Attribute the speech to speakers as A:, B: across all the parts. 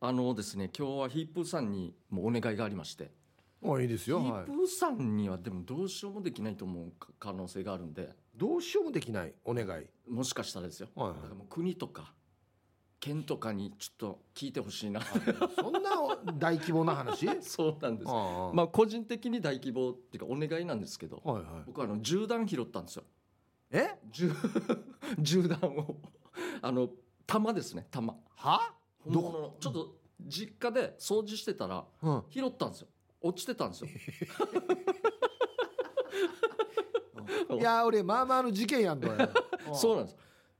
A: あのですね今日はヒップーさんにもお願いがありまして
B: あいいです
A: ヒ
B: よ、
A: ッ
B: はい
A: プ、ーさんにはでもどうしようもできないと思うか可能性があるんで
B: どうしようもできないお願いはい
A: もしかしたらですよ
B: は
A: だからもう国とか県とかにちょっと聞いてほしいな
B: いそんな大規模な話あ
A: そうなんです
B: あ、
A: まあ個人的に大規模っていうかお願いなんですけど
B: はいはい
A: 僕はあの銃弾拾ったんですよ
B: え
A: 銃 銃弾を あの弾ですね弾
B: は
A: 本物のちょっと実家で掃除してたら
B: うん
A: 拾ったんですよ落ちてたんですよ
B: いや俺まあまあの事件やんのよ
A: そう
B: う
A: なんです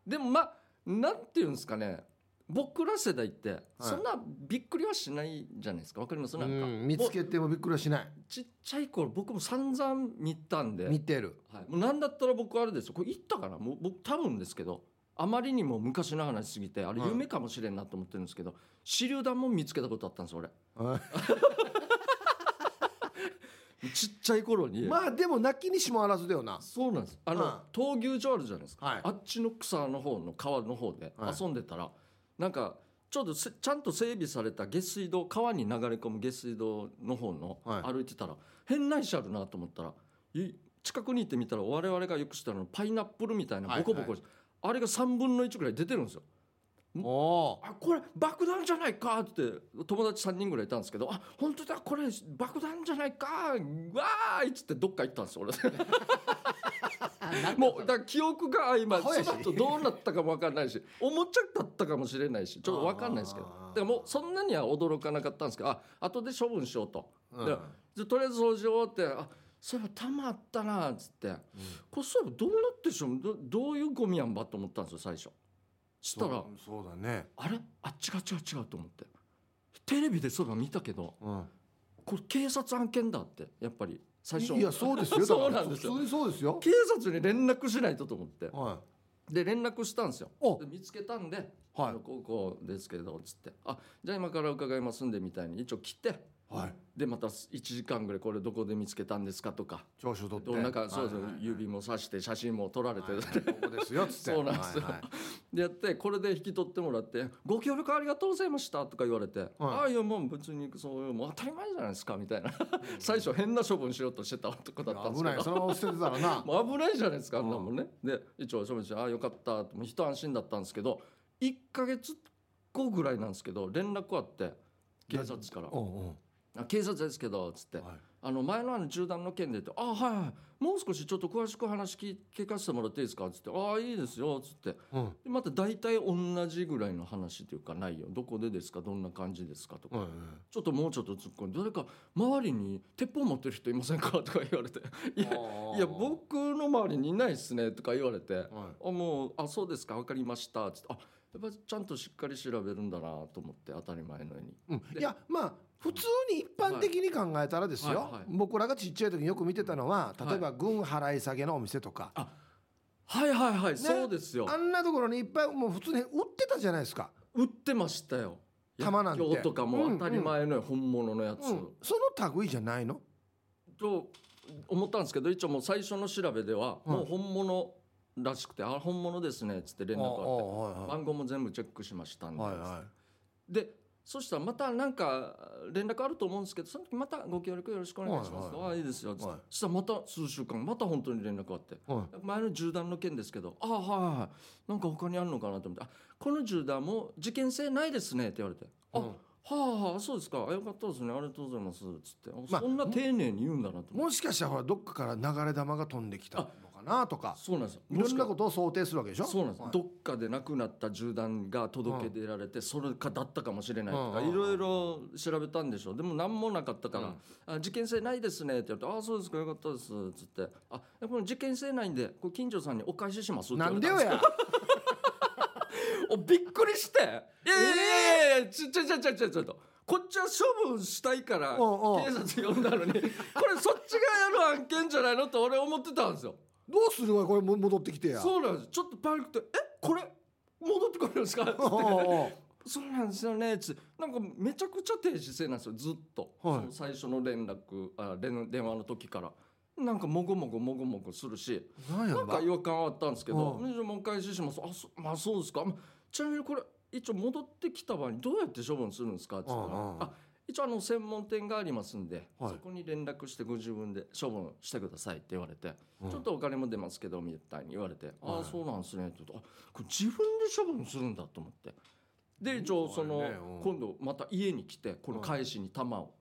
A: でもまあなんていうんですかね僕ら世代ってそんなびっくりはしないじゃないですかわかりますなんか、
B: ん見つ
A: も
B: けてもびっくりはしな
A: うちっちゃい頃僕も散々見たんで
B: い見てる
A: はい、もう何だったら僕あれですよこれ行ったかなもう僕多分ですけどあまりにも昔の話すぎてあれ
B: はい
A: 夢かもしれんなと思ってるんですけど手榴弾も見つけたことあったんです俺
B: は
A: ちっちゃい頃
B: い
A: に、
B: まあでも泣きにしもあらずだよな
A: そうなんですあの、
B: は
A: 闘牛場あるじゃないですか、
B: はい
A: あっちの草の方の川の方で
B: はい
A: 遊んでたら、なんかちょっとせちゃんと整備された下水道川に流れ込む下水道の方の、
B: はい
A: 歩いてたら変な石あるなと思ったらい近くに行ってみたら我々がよく知ってるあのパイナップルみたいなボコボコ、
B: はい
A: あれが3分の1ぐらい出てるんですよ。
B: おお
A: あこれ爆弾じゃないかって友達3人ぐらいいたんですけど「あ本当だこれ爆弾じゃないかうわーい」っつってどっか行ったんです 俺もうだから記憶が曖昧
B: アホやし
A: その後どうなったかも分かんないしおもちゃだったかもしれないしちょっと分かんないですけどだ
B: あー
A: からもうそんなには驚かなかったんですけどあ後で処分しようと
B: う
A: で
B: ん
A: じゃあとりあえず掃除終わって「あそういえば弾あったな」っつってこれそういえばどうなってしょどどういうゴミやんばと思ったんですよ最初したら
B: そうそうだね
A: あれあ違う違う違うと思ってテレビでそういえば見たけど
B: うん
A: これ警察案件だってやっぱり最初
B: いや そうですよだから
A: そうなんですよ
B: 普通にそうですよ
A: 警察に連絡しないとと思って
B: は
A: で連絡したんですよ
B: お
A: で見つけたんで「
B: はい
A: あのこうこうですけど」つって「あじゃあ今から伺いますんで」みたいに一応来て
B: いはい
A: でまた1時間ぐらいこれどこで見つけたんですかとか
B: 長所取って
A: どんなかそうそう
B: はいはいはい
A: 指もさして写真も撮られて
B: はいはいここですよつって
A: そうなんですよ
B: はいはい
A: でやってこれで引き取ってもらって「ご協力ありがとうございました」とか言われて「ああいやもう別にそういうもう当たり前じゃないですか」みたいな最初変な処分しようとしてた男だったんで
B: 危
A: すけ
B: な
A: ど
B: い。そのまま捨ててたら な
A: もう危ないじゃないですかあんなもんねで一応処分して「ああよかった」ってもう一安心だったんですけど1ヶ月後ぐらいなんですけど連絡あって警察から
B: うんうん
A: 「あ警察ですけど」っつって
B: はい
A: あの前のあの銃弾の件で言って「あはいはいもう少しちょっと詳しく話聞聞かせてもらっていいですか」っつって「ああいいですよ」っつって
B: うん
A: でまた大体同じぐらいの話というか内容どこでですかどんな感じですかとか、
B: うんうん
A: ちょっともうちょっと突っ込んで誰か周りに鉄砲持ってる人いませんか とか言われて「いやいや僕の周りにいないっすね」とか言われて「
B: は
A: あもうあそうですか分かりました」つって「あやっぱちゃんとしっかり調べるんだな」と思って当たり前のように。
B: いうんいやまあ普通に一般的に考えたらです
A: はい
B: よ
A: はい
B: 僕らがちっちゃい時によく見てたのは例えば軍払い下げのお店とか
A: はいはいはい、そうですよ
B: あんなところにいっぱいもう普通に売ってたじゃないですか
A: 売ってましたよ
B: 玉なんて
A: 薬莢とかも
B: うん
A: 当たり前のよ本物のやつ、
B: うんその類じゃないの
A: と思ったんですけど一応もう最初の調べでは
B: うん
A: もう本物らしくて「あ本物ですね」っつって連絡があって
B: は
A: 番号も全部チェックしましたん
B: い
A: で,、
B: はいは
A: でそしたらまたなんか連絡あると思うんですけどその時またご協力よろしくお願いしますと、
B: はい
A: あ
B: はい
A: あいいですよっつって、
B: はい
A: そしたらまた数週間また本当に連絡あって。
B: いはい
A: 前の銃弾の件ですけど「ああはいはいなんか他にあるのかな」と思って「あこの銃弾も事件性ないですね」って言われて「あ、
B: うん
A: はあはあそうですかあよかったですねありがとうございます」つって、あ
B: まあ
A: そんな丁寧に言うんだなと思って
B: もしかしたらほらどっかから流れ玉が飛んできたのかなとか
A: そうなんですよ
B: いろんな
A: もし
B: ことを想定するわけでしょ
A: かそうなんです、
B: はい
A: どっかで亡くなった銃弾が届け出られて、それかだったかもしれないとか、
B: うんうん
A: いろいろ調べたんでしょうでも何もなかったから
B: う
A: 「あ事件性ないですね」って言われて「あそうですかよかったです」つって「あこの事件性ないんでこれ近所さんにお返しします」って言
B: な
A: われ
B: ん
A: たん
B: でよ
A: す
B: や
A: おびっくりして「いやいやいやいやちょちょちょちょちょちょ」と。こっちは処分したいから
B: おうおう
A: 警察呼んだのにこれそっちがやる案件じゃないのと俺思ってたんですよ。
B: どうするわこれも戻ってきて や
A: そうなんですちょっとパニックって「えこれ戻ってこれるんで すか?」って
B: おうおう
A: そうなんですよね」つってなんかめちゃくちゃ低姿勢なんですよずっと、
B: はい
A: その最初の連絡あ連電話の時からなんかもごもごもごもごするし
B: なんや
A: なんか違和感はあったんですけど「
B: う
A: じゃあもう一回返しします」あそ「まあそうですか」まあ「ちなみにこれ一応戻ってきた場合にどうやって処分するんですかって言ったら
B: うんうん
A: あ一応あの専門店がありますんで、
B: はい
A: そこに連絡してご自分で処分してくださいって言われて、
B: うん
A: ちょっとお金も出ますけどみたいに言われて、あ
B: は
A: あ
B: い
A: そうなんですねって言うとあこれ自分で処分するんだと思ってで一応その、
B: 怖いねうん
A: 今度また家に来てこの返しに弾を、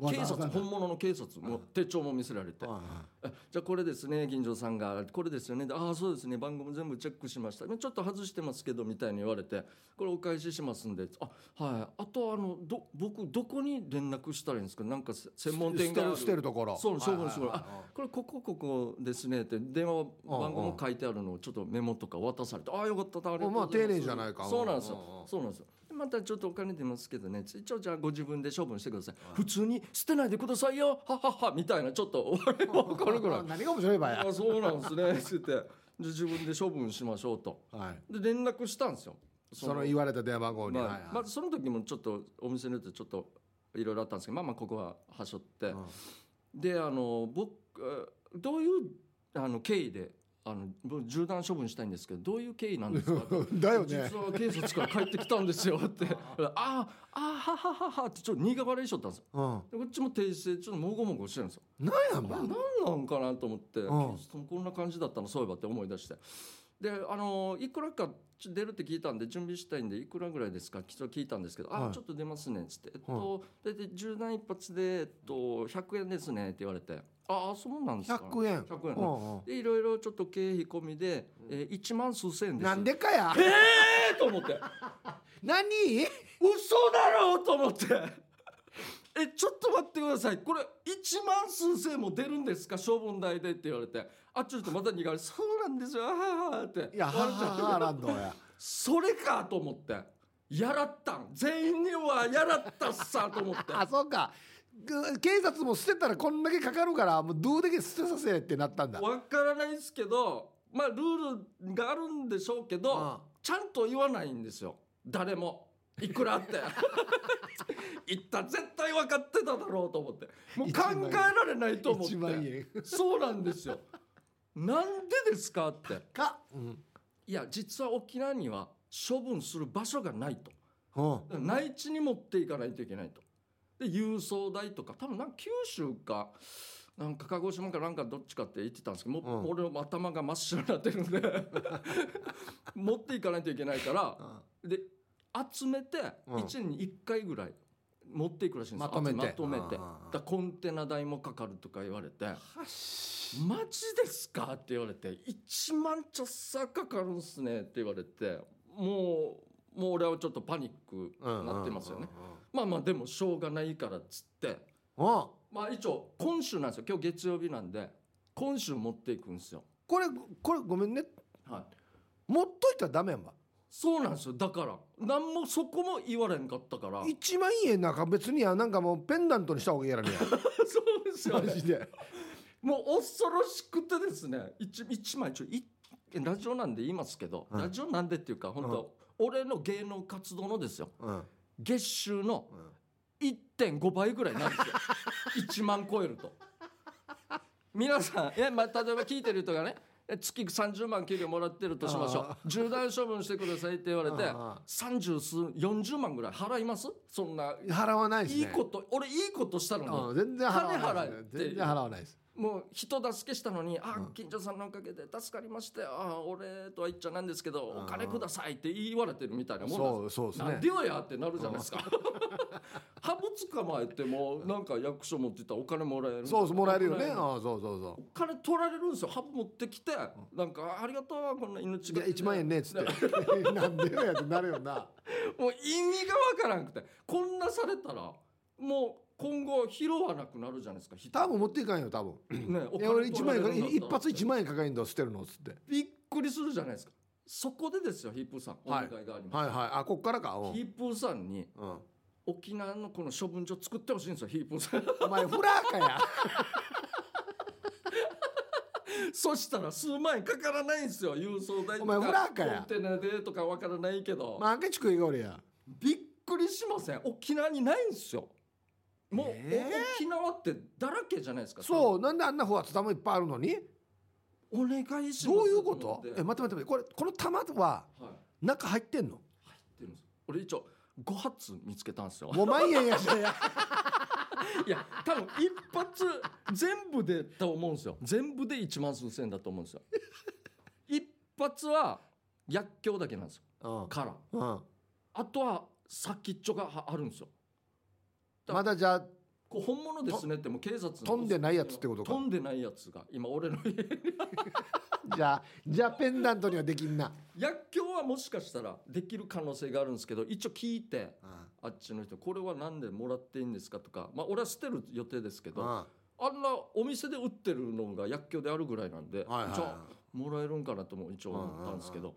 B: わざ
A: 警
B: わざ
A: 察本物の警察も手帳も見せられて
B: はい
A: えじゃあこれですね銀城さんがこれですよねでああそうですね番号も全部チェックしましたちょっと外してますけどみたいに言われてこれお返ししますんであはいあとあのど僕どこに連絡したらいいんですかなんかせ専門店
B: 捨て
A: があ
B: る
A: る
B: 捨てるところ
A: そう処分する
B: はいはい
A: これここここですねって電話番号も書いてあるのをちょっとメモとか渡されてああよかったありがとうございます
B: まあ丁寧じゃないか
A: そうなんです
B: うんうんう
A: よ
B: ん
A: そうなんですよでまたちょっとお金出ますけどね一応じゃあご自分で処分してください普通に捨てないでくださいよはっはっはみたいなちょっと俺も怒るぐらい
B: あ何が面白い場合や
A: あそうなんですね」 つって「じゃあ自分で処分しましょうと
B: はい」
A: で連絡したんですよ
B: その言われた電話番号に
A: まあ
B: はいはい
A: まあその時もちょっとお店によってちょっといろいろあったんですけどまあまあここははしょって、
B: うん
A: であの僕えどういうあの経緯であの僕銃弾処分したいんですけどどういう経緯なんですか
B: だよ
A: 実
B: ね
A: は警察から帰ってきたんです よって「あああはははは」ってちょっと苦笑いしとったんですよ
B: う
A: で
B: ん
A: こっちも訂正ちょっともごもごしてるんですよ
B: なんやんば
A: 何なんかなと思って、
B: ん
A: そのこんな感じだったのそういえばって思い出してであのいくらかちょ出るって聞いたんで準備したいんでいくらぐらいですかちょっと聞いたんですけど「
B: は
A: あ
B: い
A: ちょっと出ますね」っつって「えっと大体銃弾一発で、えっと、100円ですね」って言われて「ああそうなんですか、
B: 100円
A: 100円、
B: うんうん
A: でいろいろちょっと経費込みで、えー、1万数千円です
B: なんでかや
A: えーと思って
B: 何
A: 嘘だろうと思って えちょっと待ってくださいこれ1万数千も出るんですか処分代でって言われてあちょっとまた苦いそうなんですよはははって
B: いやは
A: 言われちゃって
B: ははランド や
A: それかと思ってやらったん全員にはやらったっさと思って
B: あそうかぐ警察も捨てたらこんだけかかるからもうどうだけ捨てさせってなったんだ
A: わからないですけどまあルールがあるんでしょうけど、
B: うん
A: ちゃんと言わないんですよ誰もいくらって 言った絶対分かってただろうと思ってもう考えられないと思って
B: 1万円
A: そうなんですよなんでですかって
B: かうん
A: いや実は沖縄には処分する場所がないと
B: うん
A: 内地に持っていかないといけないとで郵送代とか多分なんか九州かなんか鹿児島かなんかどっちかって言ってたんですけど、もう
B: うん
A: 俺の頭が真っ白になってるんで 持っていかないといけないからで集めて
B: うん
A: 1年に1回ぐらい持っていくらしいんです
B: まとめて
A: まとめて
B: うんうんうん
A: だからコンテナ代もかかるとか言われて「マジですか?」って言われて「1万ちょっさかかるんすね」って言われてもうもう俺はちょっとパニックになってますよね。まあまあでもしょうがないからっつって
B: うんうん
A: まあ一応今週なんですよ今日月曜日なんで今週持っていくんですよ。
B: これこれごめんね
A: はい
B: 持っといたらダメやんば
A: そうなんですよだから何もそこも言われんかったから
B: 1万円なんか別にやなんかもうペンダントにした方がいいやら ね
A: そうですよ
B: マ
A: ね
B: ジで
A: もう恐ろしくてですね一一枚ちょいラジオなんで言いますけど、
B: うん
A: ラジオなんでっていうか本当、俺の芸能活動のですよ
B: うん
A: 月収の
B: うん
A: 1.5倍ぐらいなん ですよ1万超えると皆さんいや、まあ、例えば聞いてる人がねえ月30万給料もらってるとしましょ
B: あ
A: う重大処分してくださいって言われて
B: ああ
A: 30数40万ぐらい払いますそんな、
B: 払わないです
A: い
B: ね
A: いこと俺いいことしたのに
B: うん全然払わな
A: 金払
B: い
A: え
B: で
A: っ
B: す
A: て
B: ね全然払わないです
A: もう人助けしたのに「あ
B: うん
A: 近所さんのおかげで助かりましたよあ俺とは言っちゃなんですけど
B: うん
A: お金ください」って言われてるみたいなもんなん
B: そうそう
A: で
B: ですす
A: よなん
B: ね
A: でよやってなるじゃないですか ハブ捕まえてもなんか役所持ってたらお金もらえる
B: そうそうもらえるよね
A: お
B: ああそうそうそ
A: 金取られるんですよハブ持ってきてなんか「ありがとうこんな命
B: う
A: が
B: で1万円ねっつって なんでよやってなるよな
A: もう意味がわからなくてこんなされたらもう今後拾わなくなるじゃないですか人
B: 多分持っていかんよ多分
A: ねお
B: いや俺
A: 金
B: 1
A: 取
B: 万
A: られるんだっ
B: 円か
A: たら
B: 一発1万円かかるんだ捨てるのっつって
A: びっくりするじゃないですかそこでですよヒップーさんお
B: は
A: 願
B: い
A: いがあります、
B: はいはいあこっからかうん
A: ヒップーさんに
B: うん
A: 沖縄のこの処分所作ってほしいんですよヒップーさん
B: お前フラーかや
A: そしたら数万円かからないんですよ郵送代
B: お
A: と
B: 前
A: か
B: フラーかや
A: コンテナでとかわからないけど、
B: マーケチ食いがおるや
A: びっくりしません沖縄にないんですよもう、
B: え
A: お沖縄ってだらけじゃないですか
B: そうなんであんなふわつ玉いっぱいあるのに
A: お願いします
B: どういうこと
A: 思って
B: え待って待って待ってこれこの玉は
A: はい
B: 中入ってんの
A: 入俺一応5発見つけたんですよ
B: 5万円 やしや
A: いや多分一発全部でと思うんですよ全部で1万数千円だと思うんですよ一発は薬莢だけなんですよ
B: うん
A: から
B: うん
A: あとは先っちょがはあるんですよ
B: まだじゃあ
A: これ本物ですねってもう警察に
B: 飛んでないやつってことか
A: 飛んでないやつが今俺の家に
B: じゃあじゃあペンダントにはできんな
A: 薬莢はもしかしたらできる可能性があるんですけど一応聞いてあっちの人これは何でもらっていいんですかとかまあ俺は捨てる予定ですけ
B: う
A: ど
B: ん
A: あんなお店で売ってるのが薬莢であるぐらいなんで、
B: はいはい
A: じゃあ
B: は
A: もらえるんかなとも一応思ったんですけど、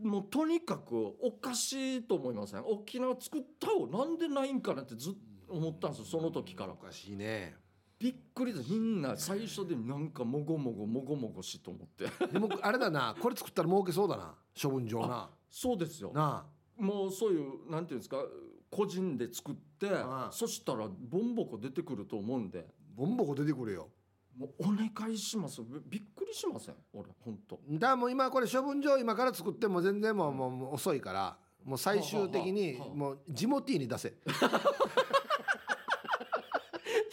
A: もうとにかくおかしいと思いません沖縄作ったをなんでないんかなってずっと思ったんですよ
B: い
A: その時から
B: おかしいね
A: びっくりですみんな最初でなんかもごもごもごもごしと思って
B: でもあれだなこれ作ったら儲けそうだな処分場な
A: そうですよ
B: な
A: もうそういうなんていうんですか個人で作って
B: ああ
A: そしたらボンボコ出てくると思うんで
B: あボンボコ出てくるよ
A: もうお願いしますびびっくりしません俺本当
B: だからもう今これ処分場今から作っても全然もうもうもう遅いからもう最終的に
A: はあはあはあ
B: もうジモティーに出せ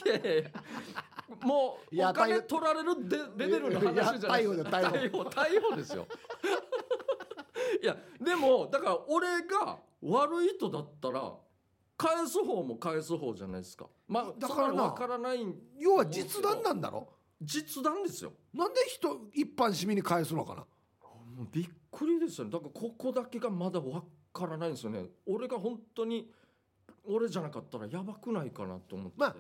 A: いやいやいやも
B: いうや
A: お金
B: 逮捕
A: 取られるでレベルの話じゃない
B: いや逮捕だ逮捕
A: 逮捕逮捕ですよ いやでもだから俺が悪い人だったら返す方も返す方じゃないですかまあだ
B: だか
A: からら
B: な
A: 分からない
B: 要は実弾なんだろ
A: 実弾ですよ
B: なんで人一般市民に返すのかな
A: もうびっくりですよねだからここだけがまだ分からないんですよね俺が本当に俺じゃなかったらやばくないかなと思って、
B: まあ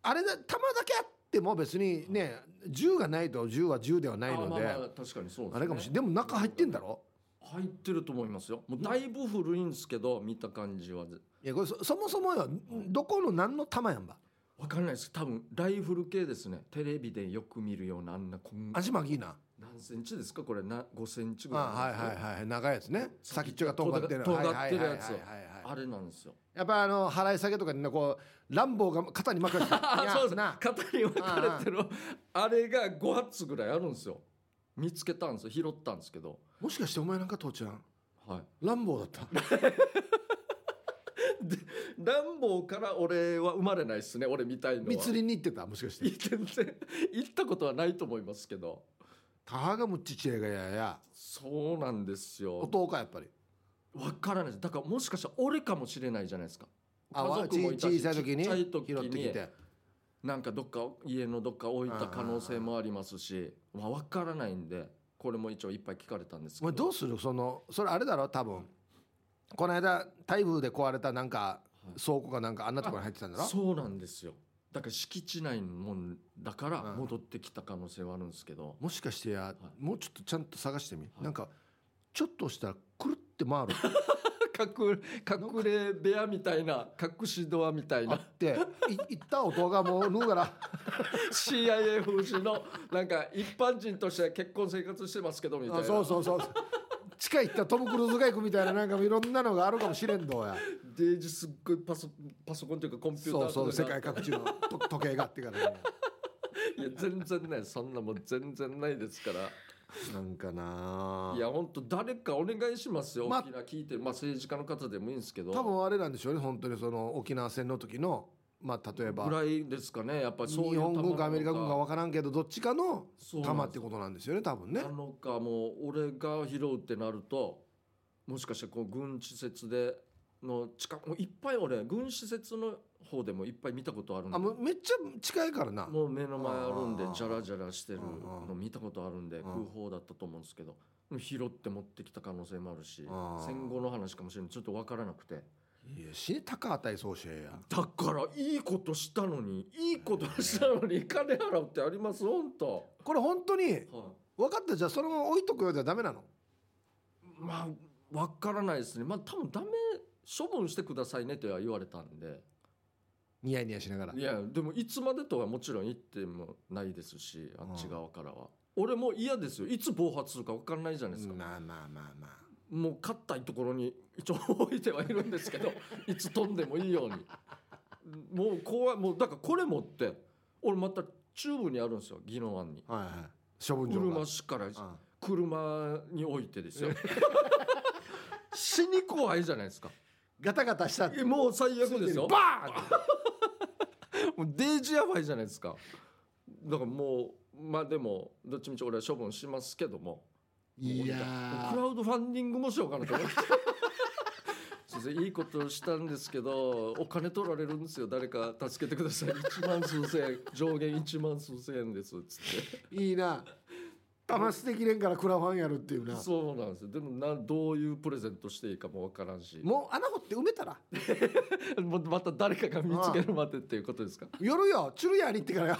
B: あれだ弾だけあっても別にね銃がないと銃は銃ではないの
A: あ
B: で
A: まあまあ確かにそうですね
B: あれかもしれないでも中入ってんだろ
A: 入ってると思いますよもうだいぶ古いんですけど見た感じはぜ
B: いやこれそそもそもよどこの何の弾やんば
A: わかんないです多分ライフル系ですねテレビでよく見るようなあんなこん
B: 足巻いいな
A: 何センチですかこれな5センチぐらい
B: あはいはいはい長いやつね先っちょが尖ってる
A: 尖ってるやつ
B: はいはいはいはいはい
A: あれなん ですよ
B: やっぱあの払い下げとかにねこう乱暴が肩に巻かれ て
A: あそうです
B: な
A: 肩に分かれてるあれが5発ぐらいあるんですよ見つけたんですよ拾ったんですけど
B: もしかしてお前なんか父ちゃん
A: はい
B: 乱暴だった
A: 乱暴から俺は生まれないですね俺みたいのは
B: 密林に行ってたもしかして
A: い全然行ったことはないと思いますけど
B: タハがむっちちえがやや
A: そうなんですよ
B: 弟かやっぱり
A: わからないですだからもしかしたら俺かもしれないじゃないですか
B: あ
A: 家
B: わ
A: 族もい
B: ち
A: た
B: 小
A: し
B: さい時に
A: ちっちゃ
B: 拾
A: い時に
B: ってきて
A: なんかどっか家のどっか置いた可能性もありますしまあ、わからないんでこれも一応いっぱい聞かれたんです
B: お
A: け
B: 前ど
A: ど
B: うするそのそれあれだろ多分この間台風で壊れたなんか
A: はい
B: 倉庫かなんかあんなところに入ってたんだろ
A: そうなんですよだから敷地内のもんだから
B: うん
A: 戻ってきた可能性はあるんですけ ど、
B: もしかしてや、
A: い
B: もうちょっとちゃんと探してみ、
A: い
B: なんかちょっと押したらくるって回る
A: 隠隠れ部屋みたいな隠しドアみたい
B: あ
A: な
B: って い行った弟がもう脱ぐから
A: CIA 風刺のなんか一般人として結婚生活してますけどみたいな
B: あそうそうそう地下行ったらトム・クルーズが行くみたいななんかいろんなのがあるかもしれ んどうや
A: デージすっごいパソパソコンというかコンピューター
B: そうそ
A: とか
B: う世
A: が
B: 界各地のと時計があってから ね
A: いや全然ないそんなもん全然ないですから
B: なんかない
A: や本当誰かお願いしますよ
B: ま
A: 沖縄聞いてる、まあ、政治家の方でもいいんですけど
B: 多分あれなんでしょうね本当にその沖縄戦の時のまあ例えば
A: ぐらいですかねやっぱりそういう
B: 日本
A: 球な
B: 軍
A: の
B: かアメリカ軍か分からんけどどっちかの
A: そうなん
B: 弾
A: です
B: ってことなんですよね多分ね
A: なのかもう俺が拾うってなるともしかしてこう軍施設での近くもういっぱい俺軍施設の方でもいっぱい見たことあるんで
B: あもうめっちゃ近いからな
A: もう目の前あるんで
B: うん
A: ジャラジャラしてる
B: うんう
A: の見たことあるんで
B: ん
A: 空砲だったと思うんですけど拾って持ってきた可能性もあるし
B: ん
A: 戦後の話かもしれないちょっと分からなくて。
B: いや死に高値総司や
A: だからいいことしたのにいいことしたのに金払うってあります本当、
B: これ本当に
A: は
B: 分かったじゃあそのまま置いとくよじゃダメなの
A: い、まあわからないですねまあ多分ダメ処分してくださいねとは言われたんで
B: ニヤニヤしながら
A: いやでもいつまでとはもちろん言ってもないですしあっち側からは、俺も嫌ですよいつ暴発するかわかんないじゃないですか、
B: まあまあまあまあ
A: もう硬いところに一応置いてはいるんです けどいつ飛んでもいいようにもう怖いもうだからこれ持って俺また中部にあるんですよ宜野湾に。
B: はいはい処分場が
A: 車市から
B: うん
A: 車に置いてですよ 死に怖いじゃないですか
B: ガタガタした
A: えもう最悪ですよ
B: バーンって
A: もうデージやばいじゃないですかだからもうまあでもどっちみち俺は処分しますけども
B: いや
A: ク
B: ー
A: ラウドファンディングもしようかなと思って 先生いいことしたんですけどお金取られるんですよ誰か助けてください1万数千円上限1万数千円ですつって
B: いいな騙してきれんからクラファンやるっていうな
A: そうなんですよでもなどういうプレゼントしていいかもわからんし
B: もう穴掘って埋めたら
A: もまた誰かが見つけるまでっていうことですか
B: 夜よチュルヤーに行ってからよ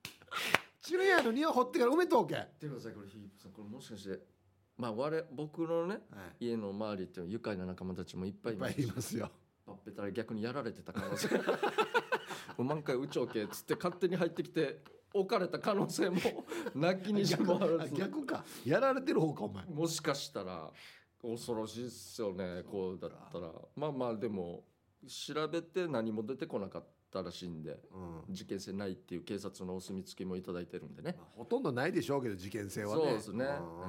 B: チュルヤーの庭掘ってから埋めとおけ、はい、
A: でもさこれヒープさんこれもしかしてまあ我僕のね家の周りっていうのは愉快な仲間たちもいっぱい
B: い
A: い
B: っ
A: ま
B: ぱい
A: す
B: いますよ
A: パッペたら逆にやられてた可能性 もう満開宇宙系っつって勝手に入ってきて置かれた可能性 もなきにしもあら
B: あ
A: ず
B: 逆かやられてる方かお前
A: もしかしたら恐ろしいっすよねこうだったらまあまあでも調べて何も出てこなかったらしいんで
B: うん
A: 事件性ないっていう警察のお墨付きもいただいてるんでね
B: ほとんどないでしょうけど事件性は
A: そ
B: ね
A: うですね、
B: うん
A: う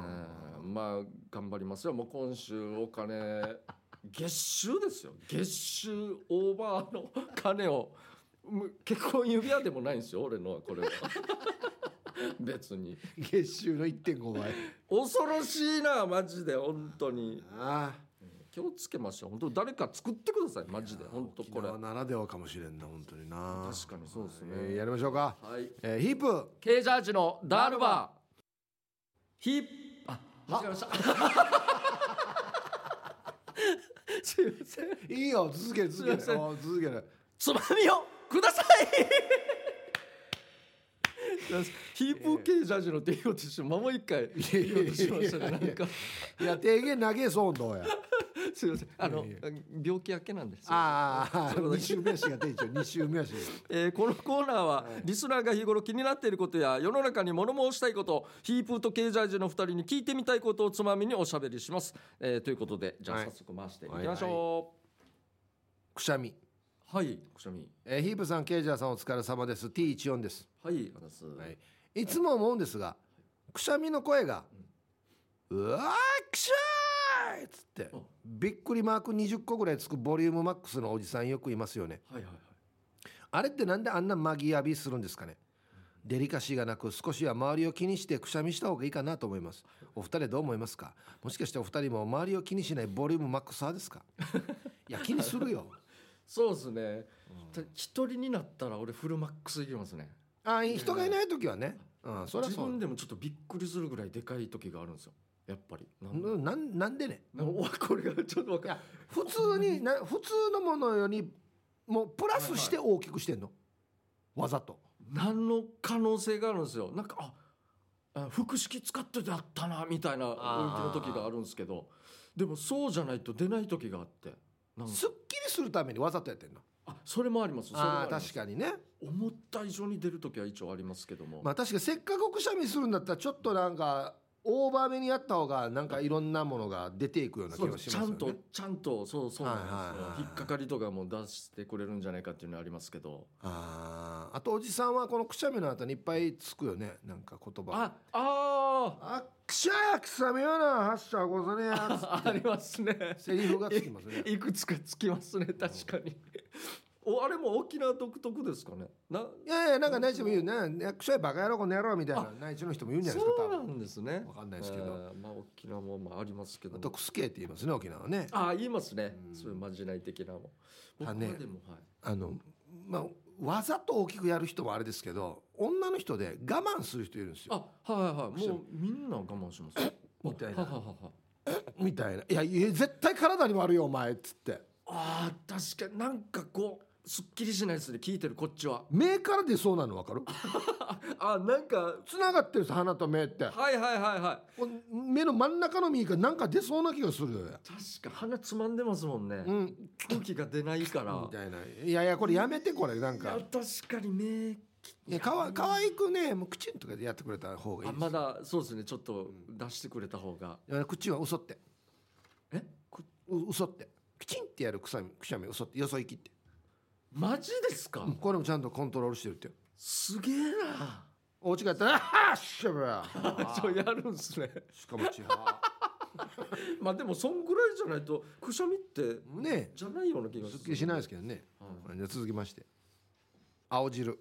A: んまあ頑張りますよもう今週お金 月収ですよ月収オーバーの金をむ結婚指輪でもないんですよ俺のはこ れは別に
B: 月収の1.5倍
A: 恐ろしいなマジで本当に
B: ああ
A: 気をつけましょう本当誰か作ってくださいマジで本当これ
B: 沖縄
A: は
B: ならではかもしれんな本当にな
A: 確かにそうですね
B: えーやりましょうか、
A: い
B: えーヒープ
A: ケージャージのダールバーヒップあ間違えましたすいません
B: いいよ続ける続ける
A: すいません
B: おー続ける
A: つまみをください ヒープ系ジャージのって言おうとしてまもう一回言おうとしましたね
B: い
A: なん
B: やいやいや
A: か
B: いや提言投げそうどうや
A: すいませんあの
B: いやい
A: 病気明けなんです
B: あーあ
A: そういうことで
B: 2週目足が出ちゃう2週目足
A: えーこのコーナーはリスナーが日頃気になっていることや世の中に物申したいことヒープーとケージャージの2人に聞いてみたいことをつまみにおしゃべりします、えーということでじゃあ
B: はい
A: 早速回していきましょ
B: くしゃみ、
A: うはいくしゃみ
B: えーヒープさんケイジャーさんお疲れ様です T14 です、
A: はい話す
B: はい、いつも思うんですがくしゃみの声が「うわーくしゃーい!」っつって
A: うん
B: びっくりマーク20個ぐらいつくボリュームマックスのおじさんよくいますよね
A: はいはいはい
B: あれってなんであんなマギアビするんですかねデリカシーがなく少しは周りを気にしてくしゃみした方がいいかなと思いますお二人どう思いますかもしかしてお二人も周りを気にしないボリュームマックス派ですかいや気にするよ
A: そうですねた一人になったら俺フルマックスいきますね
B: あ人がいない時はねうんそりゃ
A: 自
B: そう
A: 分でもちょっとびっくりするぐらいでかい時があるんですよやっぱりなん
B: う
A: なん
B: なんなんでね
A: んわこれがちょっとわ
B: い
A: かん
B: や普通にな普通のものよりもうプラスして大きくしてんのわざと
A: 何の可能性があるんですよなんかああ腹式使ってやったなみたいな雰囲気の時があるんですけどでもそうじゃないと出ない時があってなんか
B: すっきりするためにわざとやってんの
A: あそれもありますそれも
B: あ
A: り
B: あ
A: ま
B: ー
A: す
B: 確かにね
A: 思った以上に出る時は一応ありますけども、
B: まあ確かにせっかくくしゃみするんだったらちょっとなんかオーバーめにやった方がなんかいろんなものが出ていくような気
A: そう
B: が
A: です
B: し
A: ち
B: ま
A: ゃ
B: すよ
A: んと
B: ね。
A: ちゃんとそうそうなんですよ、
B: はいはいはいはい
A: 引っかかりとかも出してくれるんじゃないかっていうのはありますけど
B: あああとおじさんはこのくしゃみの後にいっぱいつくよねなんか言葉
A: ああ
B: あくしゃやくさみよなはっしゃござねやつ
A: あありますね
B: セリフがつきますね
A: いくつかつきますね確かにおあれも沖縄独特ですかねない
B: やいやなんか内地も言うねくしゃいバカ野郎この野郎みたいな内地の人も言うんじゃないですか
A: そ
B: 多
A: うな
B: 分
A: んですね
B: わかんないですけど
A: えーまあ沖縄もまあありますけど
B: あとくすけって言いますね沖縄はね
A: ああ言いますね
B: うん
A: そういうまじない的なも僕
B: あ
A: は
B: ね
A: でもはい
B: あのまあわざと大きくやる人もあれですけど女の人で我慢する人いるんですよ
A: あはいはいはいもうみんな我慢します
B: みたいな
A: あはいはいはいはい
B: みたいな「いやいや絶対体に悪いよお前」っつって
A: あー確かになんかこうすっきりしないですね聞いてるこっちは
B: 目から出そうなの分かる
A: あなんか
B: つながってるさ鼻と目って
A: はいはいはいは
B: こう目の真ん中の右からなんか出そうな気がするよ
A: い
B: ね
A: 確か鼻つまんでますもんね、
B: うん
A: 空気が出ないから
B: みたいないやいやこれやめてこれなん
A: いや
B: か
A: 確かにね
B: いやかわかわいくねもう口とかでやってくれた方がいい
A: あ
B: です
A: まだそうですねちょっと出してくれた方が、
B: いや口は嘘って
A: えこ
B: う嘘ってきちんってやるくしゃみくしゃみ嘘ってよそ行きって、
A: マジですか、
B: うんこれもちゃんとコントロールしてるってよ
A: すげえな
B: お家帰ったら「あっしゃべ!」
A: そうやるんすね
B: しかもちは
A: まあでもそんぐらいじゃないとくしゃみって
B: ね
A: じゃないような気
B: え
A: が
B: すっきりしないです
A: け
B: けどね、
A: ど、
B: はいじゃあ続きまして青汁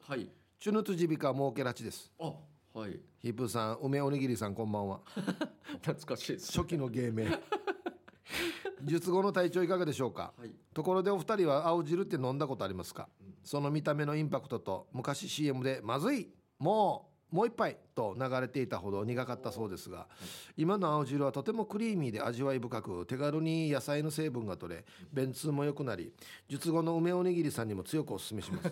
A: はい、はい、
B: チュヌツジビカ儲けらちです
A: あはい
B: ヒップーさん梅おにぎりさんこんばんは
A: 懐かしいです
B: 初期の芸名 術後の体調いかがでしょうか
A: はい
B: ところでお二人は青汁って飲んだことありますか、その見た目のインパクトと昔 CM で「まずいもうもう一杯!」と流れていたほど苦かったそうですが今の青汁はとてもクリーミーで味わい深く手軽に野菜の成分が取れ便通も良くなり術後の梅おにぎりさんにも強くおすすめします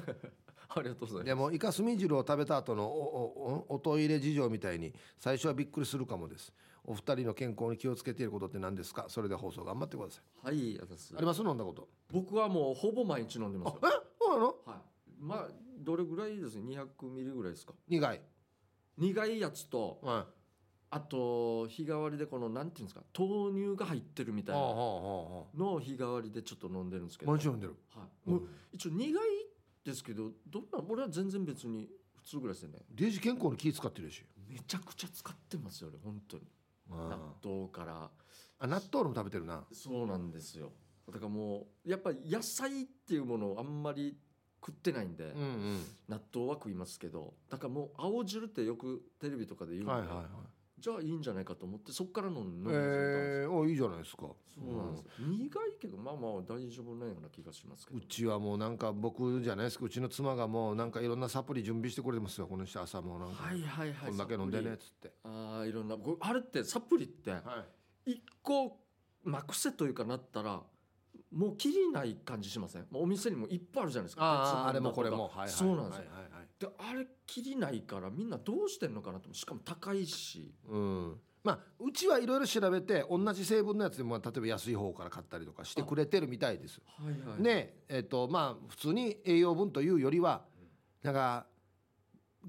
A: ありがとうございます
B: でもイカスミ汁を食べた後のおおおおトイレ事情みたいに最初はびっくりするかもですお二人の健康に気をつけていることって何ですかそれで放送頑張ってください
A: はいありがとうござい
B: あり
A: ます
B: ます飲んだこと
A: 僕はもうほぼ毎日飲んでますよ
B: えそうなの
A: はいまあどれぐらいですね200ミリぐらいですか
B: 苦い
A: 苦いやつと
B: はい
A: あと日替わりでこのなんていうんですか豆乳が入ってるみたい
B: はあは
A: な
B: あはあは
A: のを日替わりでちょっと飲んでるんですけ
B: あ
A: ど、はい、
B: 毎日飲んでる
A: も
B: う
A: うん一応苦いですけどどんな俺は全然別に普通ぐらいですよね
B: デイジ健康に気使ってるし
A: めちゃくちゃ使ってますよね本当に納
B: あ
A: 豆から
B: あ納豆のも食べてるな
A: そうなんですよだからもうやっぱり野菜っていうものをあんまり食ってないんで、
B: うんうん
A: 納豆は食いますけどだからもう青汁ってよくテレビとかで言うんで、
B: はいはいはい
A: じゃあいいんじゃないかと思ってそっから飲ん飲んで
B: えー、おいいじゃないですか
A: そうなんです、苦いけどまあまあ大丈夫なような気がしますけ
B: う
A: ど
B: ちはもうなんか僕じゃないですかうちの妻がもうなんかいろんなサプリ準備してくれてますよこの人朝もなんか、
A: はいはいはい
B: こんだけ飲んでね
A: サ
B: っ
A: プ
B: つって
A: リああいろんなこうあれってサプリって
B: はい
A: 一個、まあ、癖というかなったらもうきりない感じしませんもうお店にもいっぱいあるじゃないですか鉄
B: あ
A: 分
B: ああれ
A: だ
B: も
A: と
B: こ
A: か
B: れも、はいはい、
A: そうなんですよ、
B: はいはいはい
A: であれきりないからみんなどうしてんのかなと思うしかも高いし
B: うんまあうちはいろいろ調べて同じ成分のやつでも、まあ、例えば安い方から買ったりとかしてくれてるみたいです。
A: はいはい
B: ねえっ、とまあ普通に栄養分というよりはなんか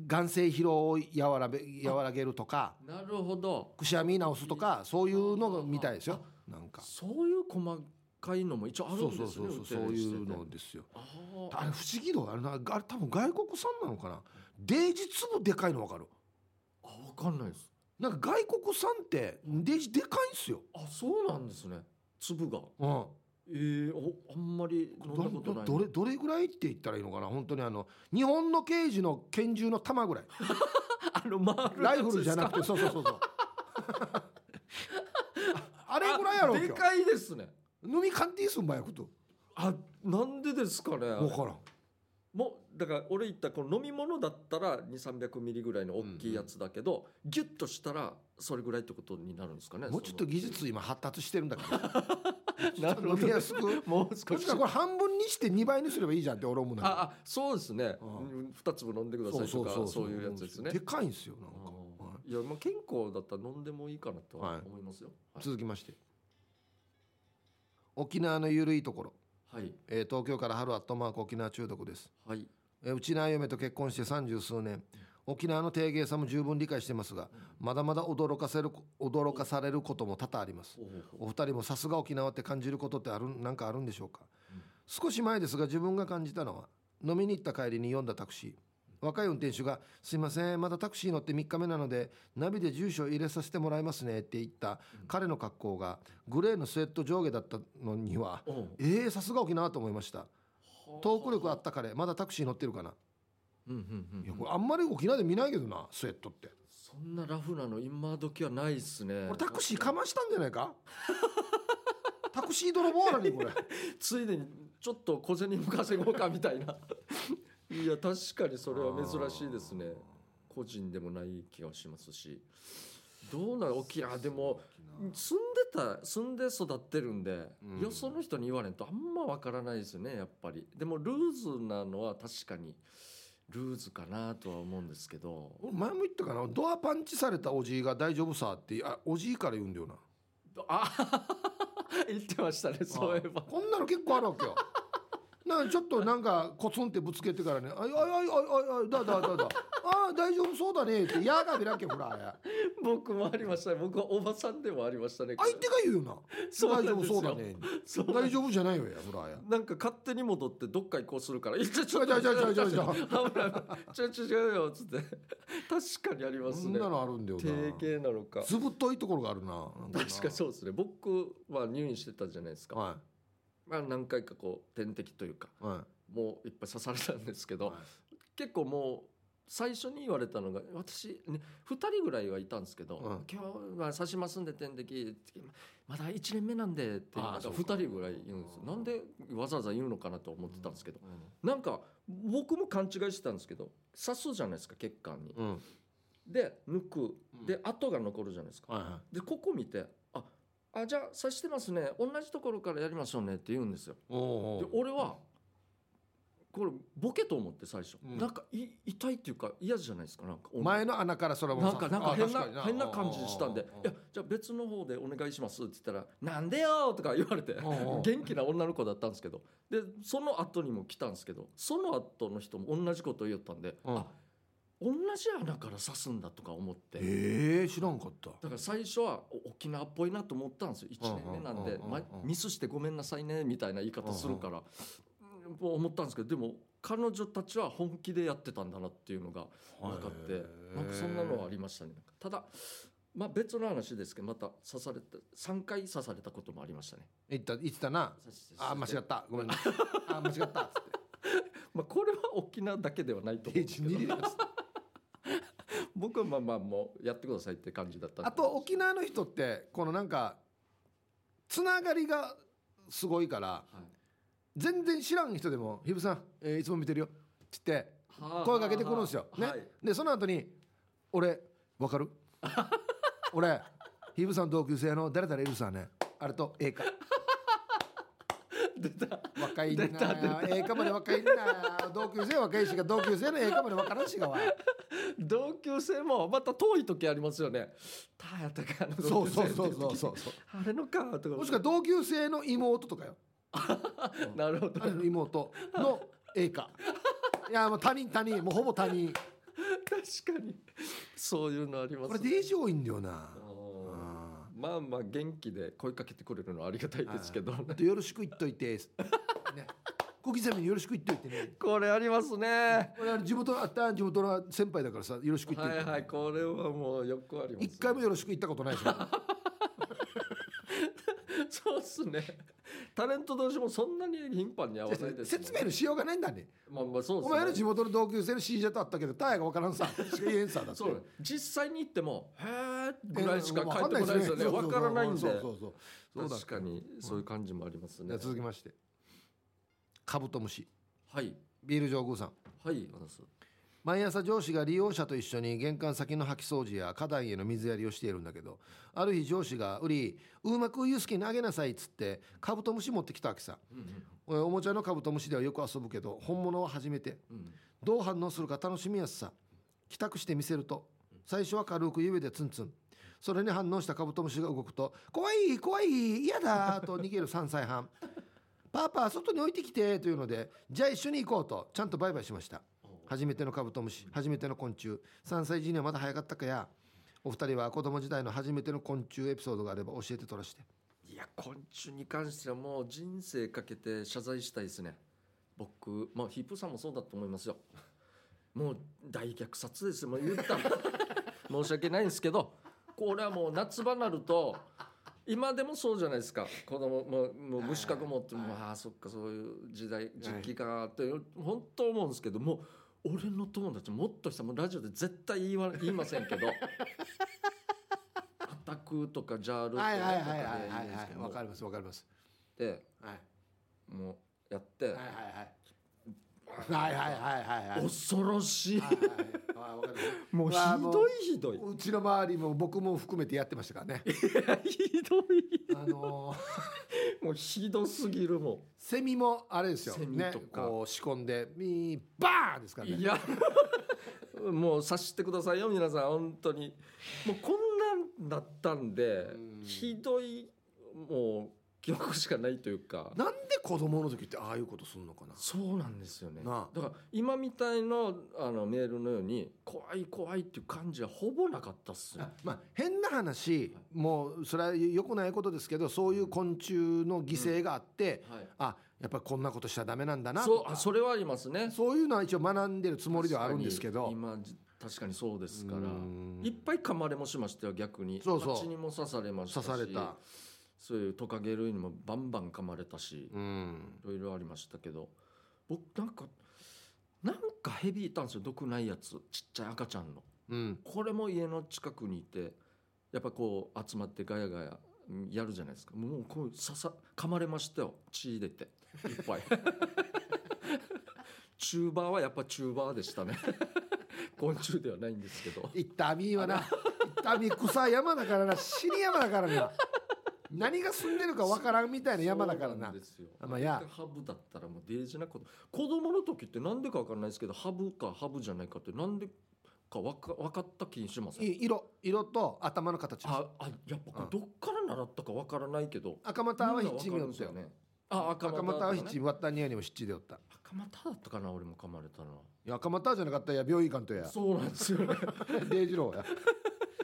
B: 眼性疲労を和らべ和らげるとか
A: なるほど
B: くしゃみ治すとかそういうのがみたいですよ。なんか
A: そういう細かいのも一応あるん
B: そう
A: です
B: そ
A: ね
B: うそう
A: 手
B: そうそう
A: 入れ
B: い
A: してて
B: うのですよ。
A: あ
B: あれ
A: ー
B: 不思議だあれなあれ多分外国産なのかな。デージ粒でかいの分かる。
A: あ分かんないです
B: なんか外国産ってデージでかいんすよ。
A: あそうなんですね粒が
B: うん。
A: えー、おあんまり飲んだことない
B: どどれどれぐらいって言ったらいいのかな本当にあの日本の刑事の拳銃の弾ぐらい
A: あの回る
B: ライフルじゃなくてそうそうそうそう ああれぐらいやろう
A: で
B: 今
A: かいですね
B: 日飲み鑑定すんばやこと
A: あなんでですかね
B: 分からん
A: もうだから俺言ったこの飲み物だったら2 3 0 0ミリぐらいの大きいやつだけど、ギュッとしたらそれぐらいってことになるんですかね
B: もうちょっと技術今発達してるんだけど
A: なるほど
B: 飲みやすくも
A: その もう
B: しか
A: 少し
B: したらこれ半分にして2倍にすればいいじゃんって俺思うんだけど
A: ああそうですね、
B: う
A: うんん、2粒飲んでくださいとかそういうやつですね
B: でかいんですよなんか、はい
A: うんいやまあ健康だったら飲んでもいいかなと
B: はい
A: は思いますよ
B: 続きまして沖縄のゆるいところ、
A: はい
B: えー東京から春アットマーク沖縄中毒です
A: はい
B: えーうちの嫁と結婚して三十数年沖縄の定芸さも十分理解してますがまだまだ驚かせる驚かされることも多々あります
A: ほうほうほ
B: お二人もさすが沖縄って感じることってあるなんかあるんでしょうか、
A: うん
B: 少し前ですが自分が感じたのは飲みに行った帰りに読んだタクシー若い運転手が「すいませんまだタクシー乗って3日目なのでナビで住所入れさせてもらいますね」って言った彼の格好がグレーのスウェット上下だったのには
A: ううん
B: えー、さすが沖縄と思いましたトーク力あ
A: は
B: った彼まだタクシー乗ってるかな
A: うんうんう
B: い
A: ん
B: や
A: うん
B: これあんまり沖縄で見ないけどなスウェットって、
A: そんなラフなの今時はないっすね
B: これタクシーかましたんじゃないかタクシー泥棒なのにこれ
A: ついでにちょっと小銭も稼ごうかみたい ないや確かに それは珍しいですね個人でもない気がしますしどうなの沖縄でも住んでた住んで育ってるんで、
B: うん
A: よその人に言われんとあんまわからないですよねやっぱりでもルーズなのは確かにルーズかなとは思うんですけど
B: 俺前も言ったかなドアパンチされたおじいが大丈夫さってあおじいから言うんだよな
A: あ 言ってましたねそういえば
B: あこんなの結構あるわ けよなんかちょっとなんかコツンってぶつけてからね「あいあいあいあいあいだだだだああ大丈夫そうだね」って「やがびらけほらや
A: 僕もありましたね僕はおばさんでもありましたねこれ
B: 相手が言うよな
A: そうなん
B: 大
A: ですよ
B: 丈夫そうだね
A: そう
B: 大丈夫じゃないよやほらや
A: なんか勝手に戻ってどっか行こうするから「いやちょち
B: 違う違う違う違う違
A: 危
B: う
A: ないちょ違うよ」っつって確かにありま
B: そ
A: す
B: ん
A: ね
B: なのあるんだよ
A: 定
B: な
A: 型なのか
B: ずぶっといところがあるななんな
A: 確かそうですね僕は入院してたじゃないですか、
B: は
A: まあ、何回かこう点滴というか
B: いは
A: もういっぱい刺されたんですけ
B: い
A: ど、結構もう最初に言われたのが私、ね、2人ぐらいはいたんですけど、
B: うん
A: 今日は刺しますんで点滴まだ1年目なんでっていうの
B: あ
A: が
B: あそうか
A: 2人ぐらい言うんですよ
B: うん
A: なんでわざわざ言うのかなと思ってたんですけど、
B: う
A: なんか僕も勘違いしてたんですけど刺すじゃないですか血管に。
B: んうん
A: で抜く
B: うん
A: で跡が残るじゃないですか。
B: はいはい
A: でここ見てああじゃあ刺してますね同じところからやりましょうねって言うんですよ。
B: おうお
A: で
B: う
A: 俺はこれボケと思って最初、
B: うん
A: なんかい痛いっていうか嫌じゃないですかなんか
B: 前の穴からそれも
A: なんかなんか
B: あ
A: 変な
B: 確かに
A: 変な感じしたんで「いやじゃあ別の方でお願いします」って言ったら「なんでよ!」とか言われて
B: おうおうおう
A: 元気な女の子だったんですけどでその後にも来たんですけどその後の人も同じこと言ったんで、
B: うん
A: あ同じ穴から刺すんだとか思って。
B: ええ知らんかった
A: だから最初はお沖縄っぽいなと思ったんですよ1年目なん
B: う
A: で
B: んうんうんうん
A: まミスしてごめんなさいねみたいな言い方するからうんもう思ったんですけどでも彼女たちは本気でやってたんだなっていうのが分かってなんかそんなのはありましたねただまあ別の話ですけどまた刺されて3回刺されたこともありましたね
B: 言った言ってたな
A: 刺して
B: あ間違
A: 刺し
B: ってたごめんねあ間違った っつって
A: まあこれは沖縄だけではないと思うんですけど
B: リだ
A: 僕はまあまあもうやってくださいって感じだったんで
B: あと沖縄の人ってこのなんかつながりがすごいから
A: はい
B: 全然知らん人でも「ひぶさん、えーいつも見てるよ」って言って
A: はあ
B: 声かけてくるんですよ。ね
A: はい
B: でその後に「俺わ かる俺ひぶさん同級生の誰々いるさねあれとええか
A: 出た
B: 若いな
A: 出た出た
B: ええかまで若いな同級生若いしが同級生のええかまでわからんしがわ
A: 同級生もまた遠い時ありますよね。たやたかの
B: そ
A: 同
B: う
A: 級
B: そ
A: 生
B: う
A: って
B: そうそうそう
A: あれのかとか。
B: もしくは同級生の妹とかよ
A: なるほど。
B: あれの妹 の A かいやもう他人他人もうほぼ他人
A: 確かにそういうのあります。
B: これデージ多いんだよな
A: あー
B: うん
A: まあまあ元気で声かけてくれるのはありがたいですけど、
B: あとよろしく言っといて、ね、小刻みによろしく言っといてね
A: これありますね。
B: 俺は地元のあった地元の先輩だからさよろしく言っ
A: は
B: といて、
A: いはいこれはもうよくあります、
B: 一回もよろしく言ったことないし な
A: そうですね。タレント同士もそんなに頻繁に会わないです、ね。
B: 説明のしようがないんだね
A: まあまあそうです、ね。
B: お前の地元の同級生の CJ と会ったけどタイヤが分から んさしか言えんさだって
A: そう実際に行っても「へえ」ぐらいしか返ってこないですよね
B: わ
A: わからないんで
B: そうそうそうそうそうだ
A: 確かにそういう感じもあります
B: じ
A: ね
B: ゃあ。続きましてカブトムシ
A: はい
B: ビール上宮さん
A: はい和田さん
B: 毎朝上司が利用者と一緒に玄関先の掃き掃除や花壇への水やりをしているんだけどある日上司が「うりうまくユースケにあげなさい」っつってカブトムシ持ってきたわけさおおもちゃのカブトムシではよく遊ぶけど本物は初めて
A: うん
B: どう反応するか楽しみやすさ帰宅して見せると最初は軽く指でツンツンそれに反応したカブトムシが動くと「怖い怖い嫌だ」と逃げる3歳半「パパ外に置いてきて」というので「じゃあ一緒に行こう」とちゃんとバイバイしました初めてのカブトムシ初めての昆虫3歳児にはまだ早かったかやお二人は子供時代の初めての昆虫エピソードがあれば教えてとらして
A: いや昆虫に関してはもう人生かけて謝罪したいですね僕まあヒップさんもそうだと思いますよもう大虐殺ですよもう言 ったら申し訳ないんですけどこれはもう夏場になると今でもそうじゃないですか子供もうもう虫かごもってもうああそっかそういう時代時期かって本当思うんですけどもう俺の友達もっとしたもうラジオで絶対言わ言いませんけどアタクとかジャールとか
B: はい
A: と
B: はいはい
A: か
B: はい
A: で
B: は
A: い
B: い
A: いんですけど
B: はいわ
A: も
B: かりますわかります
A: で
B: はい
A: もうやって、
B: はいはいはいはいはいはいはいはい
A: 恐ろしい、
B: はいはいわかります
A: もうひ
B: わあも
A: ど
B: う
A: いひどい
B: うちの周りも僕も含めてやってましたからね
A: ひどい
B: あのー
A: もうひどすぎるも
B: セミもあれですよ
A: セミ
B: ね
A: とか
B: こう仕込んでミーバーンですか
A: ん
B: ら
A: い
B: ね
A: やもう察してくださいよ皆さん本当にもうこんなんだったんで
B: うん
A: ひどいも記憶しかないというか
B: なんで子供の時ってああいうことするのかな
A: そうなんですよねだ
B: なあ
A: から今みたいのあのメールのように怖い怖いっていう感じはほぼなかったっすね
B: あまあ変な話もうそれは良くないことですけどそういう昆虫の犠牲があって、
A: はい
B: あやっぱりこんなことしちゃダメなんだな
A: そ
B: と
A: うあ
B: か
A: それはありますね
B: そういうのは一応学んでるつもりではあるんですけど
A: 確かに今じ確かにそうですから
B: うん
A: いっぱい噛まれもしましたよ逆に
B: そうそう
A: 蜂にも刺されました
B: 刺
A: し
B: された、
A: そういうトカゲ類にもバンバン噛まれたし
B: うん
A: いろいろありましたけど僕なんかなんかヘビいたんですよ毒ないやつちっちゃい赤ちゃんの
B: うん、
A: これも家の近くにいてやっぱこう集まってガヤガヤうんやるじゃないですかもうこう刺さ噛まれましたよ血出ていっぱ いチューバーはやっぱチューバーでしたね昆虫ではないんですけど
B: 行った網はな行った網草山だからな死に山だからな何が住んでるかわからんみたいな山だから
A: そう
B: なん
A: ですよ
B: まあや
A: ハブだったらもう大事なこと子供の時ってなんでかわかんないですけどハブかハブじゃないかってなんでかわか分かった気にしません
B: い色色と頭の形です
A: ああやっぱこれどっから習ったかわからないけど
B: 赤股は七味おったよね
A: ね。あ、赤股
B: 赤股は
A: とかね
B: 七味割ったにやにも七でおったい
A: 赤股だったかな、俺も噛まれたの。
B: や赤股じゃなかったらいや病院行かん とや
A: そうなんですよね。だか
B: デイジローや。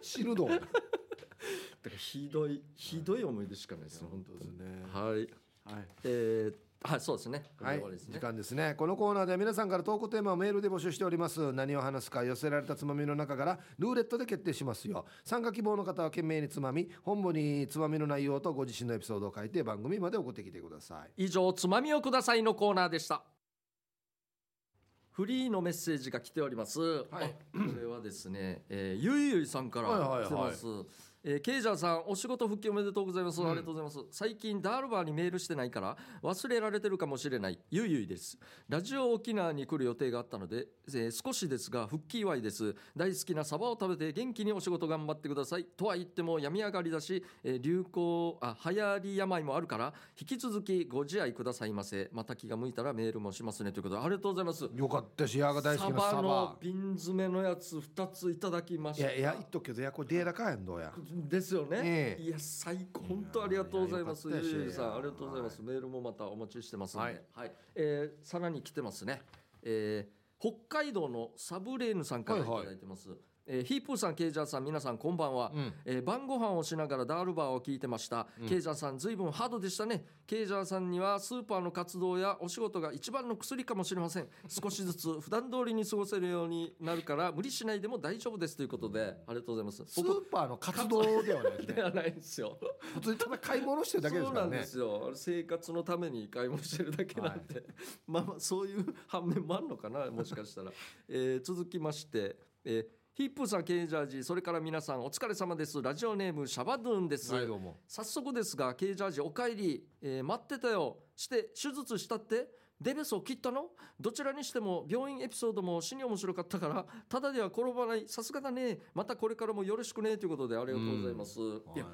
B: 死ぬどうや。
A: らひどい、ひどい思い出しかないです。本当
B: です
A: に。
B: ね
A: はい。
B: はい。
A: えー、はい、そうですね。
B: はい
A: これで終わりです、ね
B: 時間ですねこのコーナーでは皆さんから投稿テーマをメールで募集しております何を話すか寄せられたつまみの中からルーレットで決定しますよ参加希望の方は懸命につまみ本部につまみの内容とご自身のエピソードを書いて番組まで送ってきてください
A: 以上、つまみをくださいのコーナーでした。フリーのメッセージが来ております。
B: はい
A: あ。これはですね、えー、ゆいゆいさんから
B: はいはいはい
A: 来てます。えー、ケイジャーさんお仕事復帰おめでとうございます、ありがとうございます最近ダールバーにメールしてないから忘れられてるかもしれないゆいゆいですラジオ沖縄に来る予定があったので、えー少しですが復帰祝いです大好きなサバを食べて元気にお仕事頑張ってくださいとは言っても病み上がりだし、えー流行あ流行り病もあるから引き続きご自愛くださいませまた気が向いたらメールもしますねということでありがとうございます
B: よかったしヤが大好きな
A: サ
B: サ
A: バの
B: バ
A: 瓶詰めのやつ2ついただきまし
B: い
A: た
B: やいや言っとくけどいやこれデーラかやんどうや
A: ですよね、
B: ええ
A: いや最高本当ありがとうございます
B: いやいやよかっ
A: ゆ
B: たで
A: う
B: す
A: ゆうさんありがとうございます、メールもまたお待ちしてますので、は
B: はいい
A: えーさらに来てますね、えー北海道のサブレーヌさんからい
B: はい
A: た
B: はい
A: だいてます、えーヒープーさんケイジャーさん皆さんこんばんは、
B: うん
A: えー晩ご飯をしながらダールバーを聞いてました、ケイジャーさん随分ハードでしたねケイジャーさんにはスーパーの活動やお仕事が一番の薬かもしれま せん少しずつ普段通りに過ごせるようになるから無理しないでも大丈夫ですということでありがとうございます
B: スーパーの活動ではないです
A: で
B: ね
A: はないんですよ。
B: 普通にただ買い物してるだけです
A: そう
B: か
A: な
B: ら
A: ん
B: ね
A: ですよ。あれ生活のために買い物してるだけなんで、 まあまあそういう反面もあるのかなもしかしたら。 えー続きまして、えーヒップーさんケイジャージーそれから皆さんお疲れ様です。ラジオネームシャバドゥンです。
B: はいどうも
A: 早速ですがケイジャージお帰り、えー待ってたよして手術したってデベソ切ったのどちらにしても病院エピソードも死に面白かったからただでは転ばないさすがだねまたこれからもよろしくねということでありがとうございます、いや
B: はい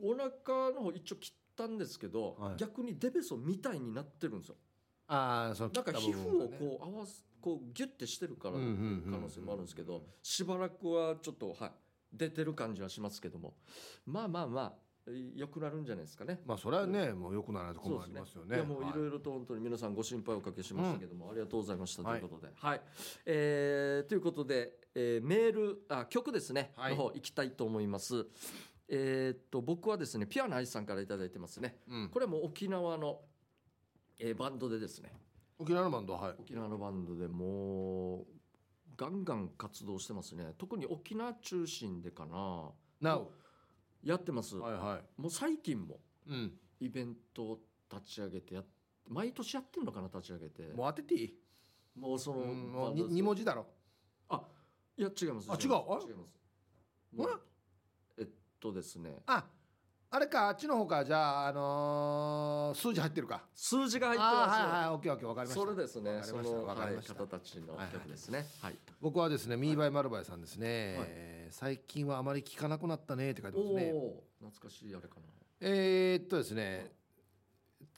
A: お腹の方一応切ったんですけど、
B: はい
A: 逆にデベソみたいになってるんですよ
B: ああその
A: なんか皮膚をこう合わすこうギュッてしてるからっていう可能性もあるんですけ
B: うんう
A: ど
B: んうん
A: しばらくはちょっとはい出てる感じはしますけどもまあまあまあ良くなるんじゃないですかね
B: まあそれはね、もう良くならないとこ
A: そう
B: ろも
A: で
B: あ
A: すね
B: りますよね。
A: いやもう
B: はい
A: ろいろと本当に皆さんご心配おかけしましたけども、ありがとうございましたと
B: はいいう
A: ことで、はい、えーということで、えーメールあ曲ですね、
B: はい
A: の方行きたいと思います。えーっと僕はですねピュアな愛さんからいただいてますね。
B: うん
A: これはもう沖縄の、えーバンドでですね
B: 沖縄のバンドはい。
A: 沖縄のバンドでもうガンガン活動してますね特に沖縄中心でかな
B: Now
A: やってます、
B: はいは
A: もう最近も
B: い。うん。
A: イベントを立ち上げてやっ毎年やってんのかな立ち上げて
B: もう当てていい？
A: もうその
B: うんもう
A: バンド
B: に
A: です
B: 二文字だろ。
A: あいや違います
B: あ
A: 違います
B: 違うあ
A: 違いますもう
B: あら
A: えっとですね
B: あ、あれかあっちの方かじゃああのー数字入ってるか。
A: 数字が入ってます
B: あーはいはいオッケーオッケーわかりました。
A: それですね
B: わかり
A: そ
B: ました
A: の、
B: わか
A: はい
B: りました
A: 方。たちの
B: はいはい
A: 曲ですねはい
B: 僕はですねミーバイマルバイさんですね。
A: はい
B: えー最近はあまり聞かなくなったねって書いて
A: お
B: ますね。
A: おー懐かしいあれかな
B: えー、っとですね、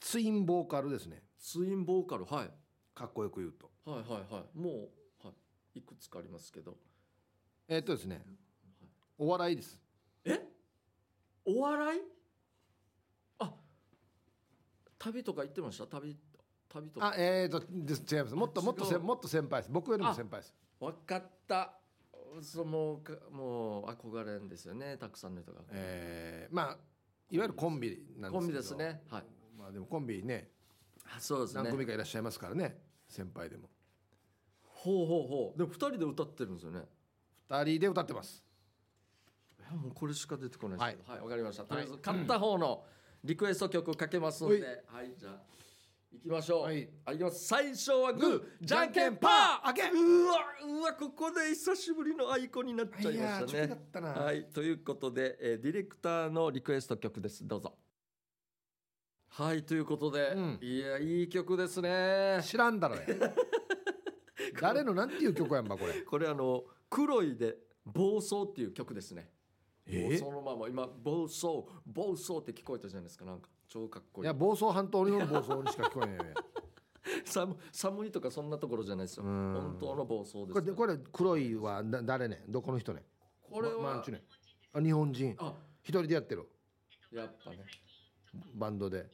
B: ツインボーカルですね。
A: ツインボーカルはい
B: かっこよく言うと。
A: はいはいはいもう、はい、いくつかありますけど
B: えー、っとですね、お笑いです。
A: えお笑いあ旅とか行ってました旅旅と
B: あ
A: か
B: えー、とです違いますもっともっとせ
A: 違う
B: もっと先輩です僕よりも先輩です
A: わかったそのかもう憧れんですよねたくさんの人が、
B: えー、まあいわゆるコンビなんですけど
A: コンビですねはい
B: まあでもコンビね
A: あそうですね
B: 何組かいらっしゃいますからね先輩でも
A: ほうほうほうでも2人で歌ってるんですよね
B: 二人で歌ってます
A: いやもうこれしか出てこないですけどはいわ、かりましたとりあえず
B: は
A: 買った方のリクエスト曲かけますんで
B: うい
A: はいじゃあ行きましょう
B: はい
A: いきます最初はグ
B: グ
A: ー
B: ー
A: じゃんけんパー
B: じゃんけんパー開け
A: うわうわここで久しぶりのアイコンになっちゃいました
B: いやーちょっとだ
A: ね
B: ったな
A: はいということで、えーディレクターのリクエスト曲ですどうぞはいということで、
B: うん
A: いやいい曲ですね
B: 知らんだろや 誰のなんていう曲やんば これ
A: これあの「黒いで暴走」っていう曲ですねもうそのまま今暴走暴走って聞こえたじゃないですかなんか超かっこ
B: い
A: いい
B: や房総半島の房総にしか聞こえ ないよね
A: 寒寒いとかそんなところじゃないですよ
B: うん
A: 本当の暴走です
B: これでこれ黒いはな誰ねどこの人ね
A: これは、
B: ままんちゅねあ日本人
A: あ
B: 一人でやってる
A: やっぱね
B: バンドで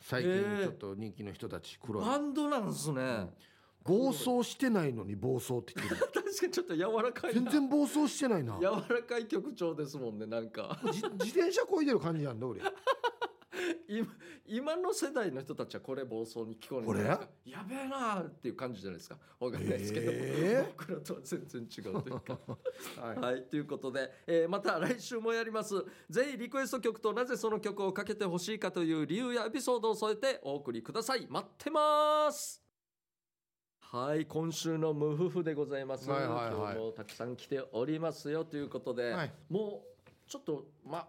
B: 最
A: へ
B: 近
A: ー
B: ちょっと人気の人たち黒い
A: バンドなんですね、
B: 暴走してないのに暴走って言って る
A: 確かにちょっと柔らかい
B: 全
A: な
B: 然暴走してないな
A: 柔らかい曲調ですもんねなんか
B: 自自転車こいでる感じやんだ俺
A: 今今の世代の人たちはこれ暴走に聞こえるんじゃないですかやべえなーっていう感じじゃないですかわかんないですけど、
B: え
A: 僕らとは全然違うという か
B: は
A: はい、ということで、えーまた来週もやります。ぜひリクエスト曲となぜその曲をかけてほしいかという理由やエピソードを添えてお送りください。待ってます。はい、今週の無夫婦でございます。
B: はいはいはい
A: 今日もたくさん来ておりますよということで、
B: はい
A: もうちょっとま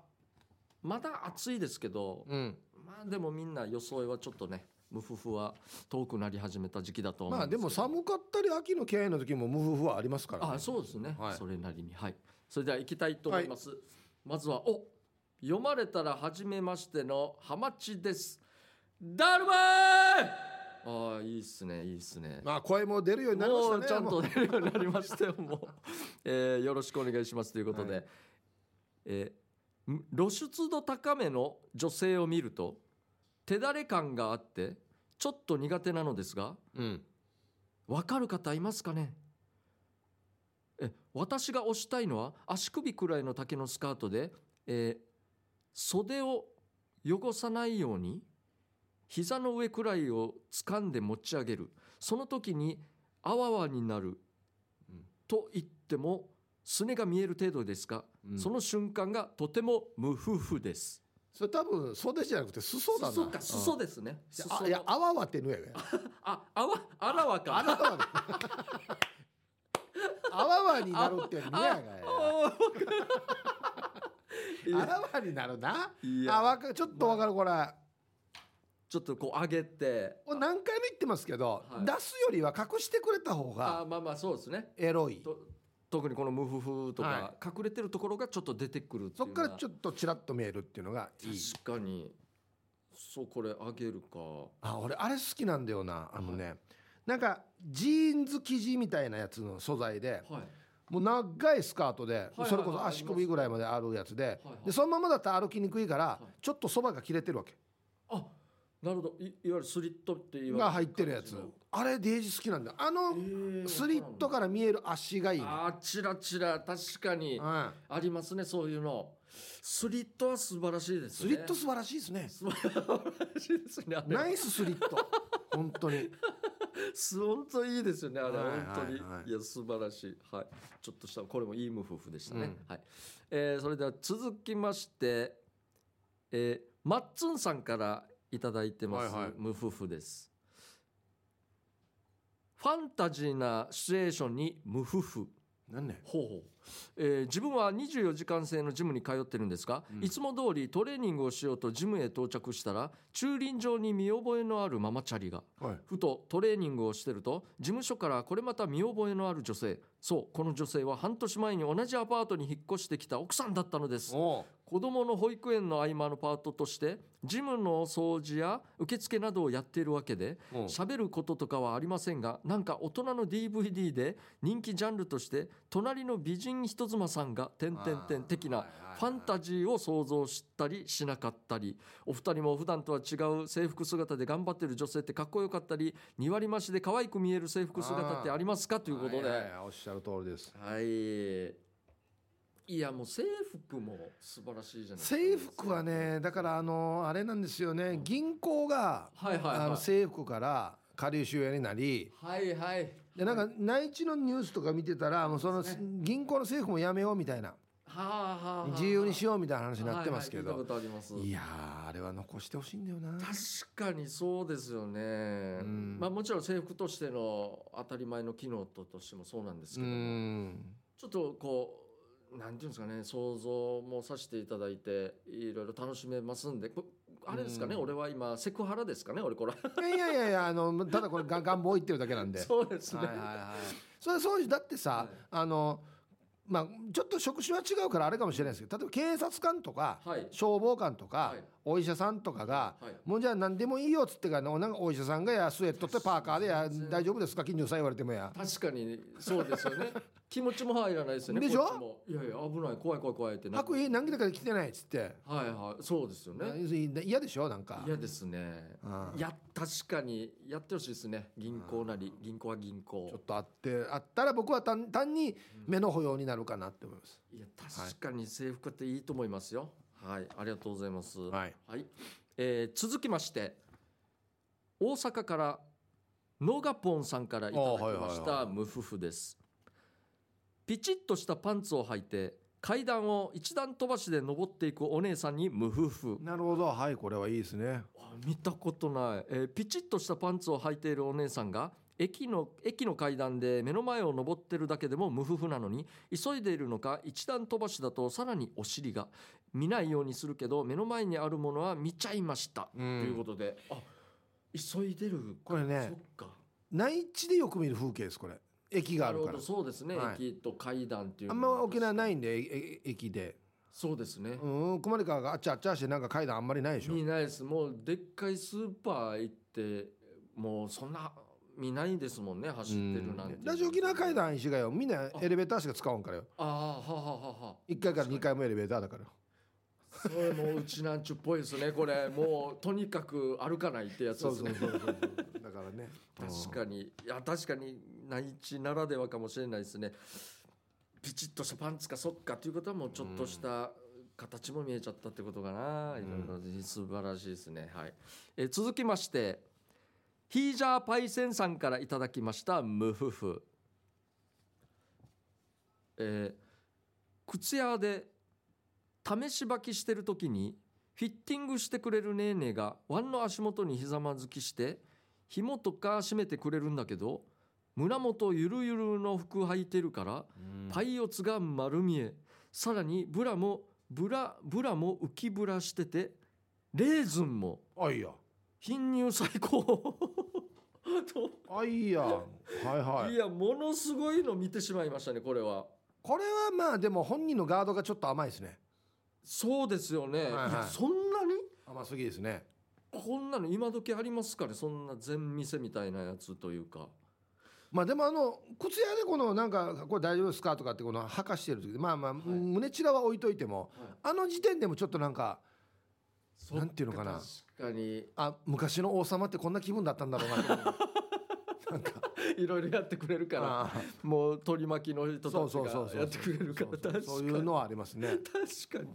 A: まだ暑いですけど、
B: うん、
A: まあでもみんな装いはちょっとね、無夫婦は遠くなり始めた時期だと思う
B: まあ
A: んで
B: です
A: けど。
B: も寒かったり秋の気合の時も無夫婦はありますから、ね、
A: あそうですね、
B: はい
A: それなりにはいそれでは行きたいと思います、まずはお読まれたら初めましてのハマチですだるまーああいいっすねいいっすね
B: まあ声も出るようになりまし
A: も
B: た
A: う
B: ね
A: ちゃん
B: も
A: と
B: う
A: 出るようになりましたよも う、えーよろしくお願いしますということで、
B: は
A: えーん露出度高めの女性を見ると手だれ感があってちょっと苦手なのですが
B: うん、
A: わかる方いますかねえ私が推したいのは足首くらいの丈のスカートで、えー袖を汚さないように膝の上くらいを掴んで持ち上げるその時にあわわになる
B: うん
A: と言ってもすねが見える程度ですが、
B: うん
A: その瞬間がとても無夫婦です。
B: それ多分袖じゃなくて裾だな
A: 裾か裾
B: うん
A: ですね。裾
B: あいやあわわってぬやね
A: ああわあらわか。
B: あなたは ねあわわになるってぬ やが
A: あ
B: いあらわになるない
A: や
B: あわかちょっとわかるこれ
A: ちょっとこう上げて
B: これ何回も言ってますけど、
A: はい
B: 出すよりは隠してくれた方
A: あ
B: が
A: まあまあそうですね
B: エロい
A: と特にこの無夫婦とか、
B: は
A: 隠れてるところがちょっと出てくるって
B: そ
A: いう
B: っ
A: の
B: から
A: は
B: ちょっとちらっと見えるっていうのがいい
A: 確かにそうこれ上げるか
B: あ俺あれ好きなんだよなあのね、なんかジーンズ生地みたいなやつの素材で
A: はい
B: もう長いスカートで、
A: はい
B: それこ
A: はい
B: そ
A: はい
B: 足首ぐらいまであるやつで,、
A: はい
B: でそのままだと歩きにくいから、
A: い
B: ちょっとそばが切れてるわけ
A: あなるほどいいわゆるスリットって言われ
B: が入ってるやつあれデージ好きなんだよあのスリット
A: が
B: から見える足がいいね、
A: あーチラチラ確かに
B: うん、
A: ありますねそういうのスリットは素晴らしいです
B: ス
A: ね
B: リット素晴らしいですね
A: 素晴らしいですねあれは
B: ナイススリット 本当に
A: す本当いいですよねあれ、
B: はいはい
A: 本当に、
B: はい
A: い、や素晴らしい、はい、ちょっとしたこれもいい無夫婦でしたね、
B: うん
A: はいえーそれでは続きまして、えーマッツンさんからいただいてます、
B: はいはい
A: 無夫婦ですファンタジーなシチュエーションに無夫婦
B: 何ね
A: ほうほうえー自分は24時間制のジムに通ってるんですが、
B: うん
A: いつも通りトレーニングをしようとジムへ到着したら駐輪場に見覚えのあるママチャリが
B: はい
A: ふとトレーニングをしてると事務所からこれまた見覚えのある女性そうこの女性は半年前に同じアパートに引っ越してきた奥さんだったのです
B: おう
A: 子どもの保育園の合間のパートとして事務の掃除や受付などをやっているわけで
B: うん
A: 喋ることとかはありませんがなんか大人の DVD で人気ジャンルとして「隣の美人人妻さんが」点々点的なファンタジーを想像したりしなかったりお二人も普段とは違う制服姿で頑張ってる女性ってかっこよかったり2割増しで可愛く見える制服姿ってありますかと
B: と
A: いうことで
B: はいはいはいおっしゃる通りです
A: はいいやもう制服も素晴らしいじゃないですか
B: 制服はねだからあのあれなんですよね銀行が、
A: はいはいはい
B: あの制服から下流収容になり
A: はいはい
B: でなんか内地のニュースとか見てたらもうその
A: そうです
B: 銀行の制服もやめようみたいな
A: はあはあはあ
B: 自由にしようみたいな話になってますけ
A: はいはい聞い
B: ど
A: たことあります
B: いやーあれは残してほしいんだよな
A: 確かにそうですよね、
B: ん
A: まあもちろん制服としての当たり前の機能ととしてもそうなんです
B: う
A: けども
B: ん
A: ちょっとこうなんていうんですかね想像もさせていただいていろいろ楽しめますんでこあれですかね、
B: うん
A: 俺は今セクハラですかね俺これ
B: いやいやいやいやあのただこれが願望言ってるだけなん で
A: そうですね、
B: はいはいはい、 それはそうですだってさ、
A: はい
B: あのまあちょっと職種は違うからあれかもしれないですけど例えば警察官とか、
A: はい
B: 消防官とか、
A: はい
B: お医者さんとかが、
A: はい
B: もうじゃあ何でもいいよっつってからなんかお医者さんが「やスウェットってパーカーでや
A: 全然
B: 大丈夫ですか近所さん言われてもや」
A: 確かにそうですよ ね気持ちも入らないですよね
B: でしょ
A: こっちもいやいや危ない怖い怖い怖いって
B: 「
A: な
B: 白衣何着だから着てない」っつって
A: はいはいそうですよね
B: 嫌でしょなんか
A: 嫌ですね
B: うん
A: いや確かにやってほしいですね銀行なり銀行は銀
B: ちょっ
A: 行
B: とあってあったら僕は単単に目の保養になるかなって思います。
A: いや確かに制服っていいと思いますよはいありがとうございます
B: はい、
A: はい、えー続きまして大阪からノガポンさんからいただきまし
B: あはいはいは
A: た
B: い
A: 無夫婦ですピチッとしたパンツを履いて階段を一段飛ばしで登っていくお姉さんに無夫婦
B: なるほどはいこれはいいですね。
A: あ見たことない、えーピチッとしたパンツを履いているお姉さんが駅の駅の階段で目の前を登ってるだけでも無夫婦なのに急いでいるのか一段飛ばしだとさらにお尻が見ないようにするけど目の前にあるものは見ちゃいました、
B: うん
A: ということであ急いでる
B: これね
A: そっか
B: 内地でよく見る風景ですこれ駅があ
A: なる
B: る
A: ほ
B: から
A: どそうですね、
B: はい
A: 駅と階段っていう
B: あ
A: の
B: ん
A: は
B: ま沖縄ないんでええ駅で
A: そうですね、
B: うん熊川があっちゃあっちゃしてなんか階段あんまりないでしょ
A: 見ないですもうでっかいスーパー行ってもうそんな見ないですもんね走ってるなんて
B: うんラジオ沖縄階段石がよみんなエレベーターしか使わんからよ
A: ああはあはあはあは
B: 1階から2階もエレベーターだから
A: あそれもううちなんちゅっぽいですねこれ もうとにかく歩かないってやつ
B: そ
A: で
B: う
A: す
B: そう
A: ね
B: そうそうそうだからね
A: 確かにいや確かに内地ならではかもしれないですねピチッとしたパンツかそっかということはもうちょっとした形も見えちゃったってことかな、いろいろ素晴らしいですねはい、えー続きましてヒージャーパイセンさんからいただきました無夫婦えー靴屋で試し履きしてる時にフィッティングしてくれるネーネーがワンの足元にひざまずきして紐とか締めてくれるんだけど胸元ゆるゆるの服履いてるからパイオツが丸見えさらにブラもブラブラも浮きブラしててレーズンも
B: あいいや
A: 貧乳最高 と、、
B: あいいやはいはいい
A: やものすごいの見てしまいましたねこれは。
B: これはまあでも本人のガードがちょっと甘いですね
A: そうですよね、
B: はいはい
A: いやそんなに
B: 甘すぎですね
A: こんなの今時ありますかねそんな全店みたいなやつというか
B: まあでもあの靴屋でこのなんかこれ大丈夫ですかとかってこの履かしてる時まあまあ
A: い
B: 胸ちらは置いといても
A: はい
B: あの時点でもちょっとなんか
A: そっ
B: なんていうのかな
A: 確かに
B: あ昔の王様ってこんな気分だったんだろう なって思うなんか
A: いろいろやってくれるから
B: あー
A: もう取り巻きの人たち
B: そうそうそうそう
A: がやってくれるから
B: そう
A: 確か
B: そう
A: に
B: そういうのはありますね
A: 確か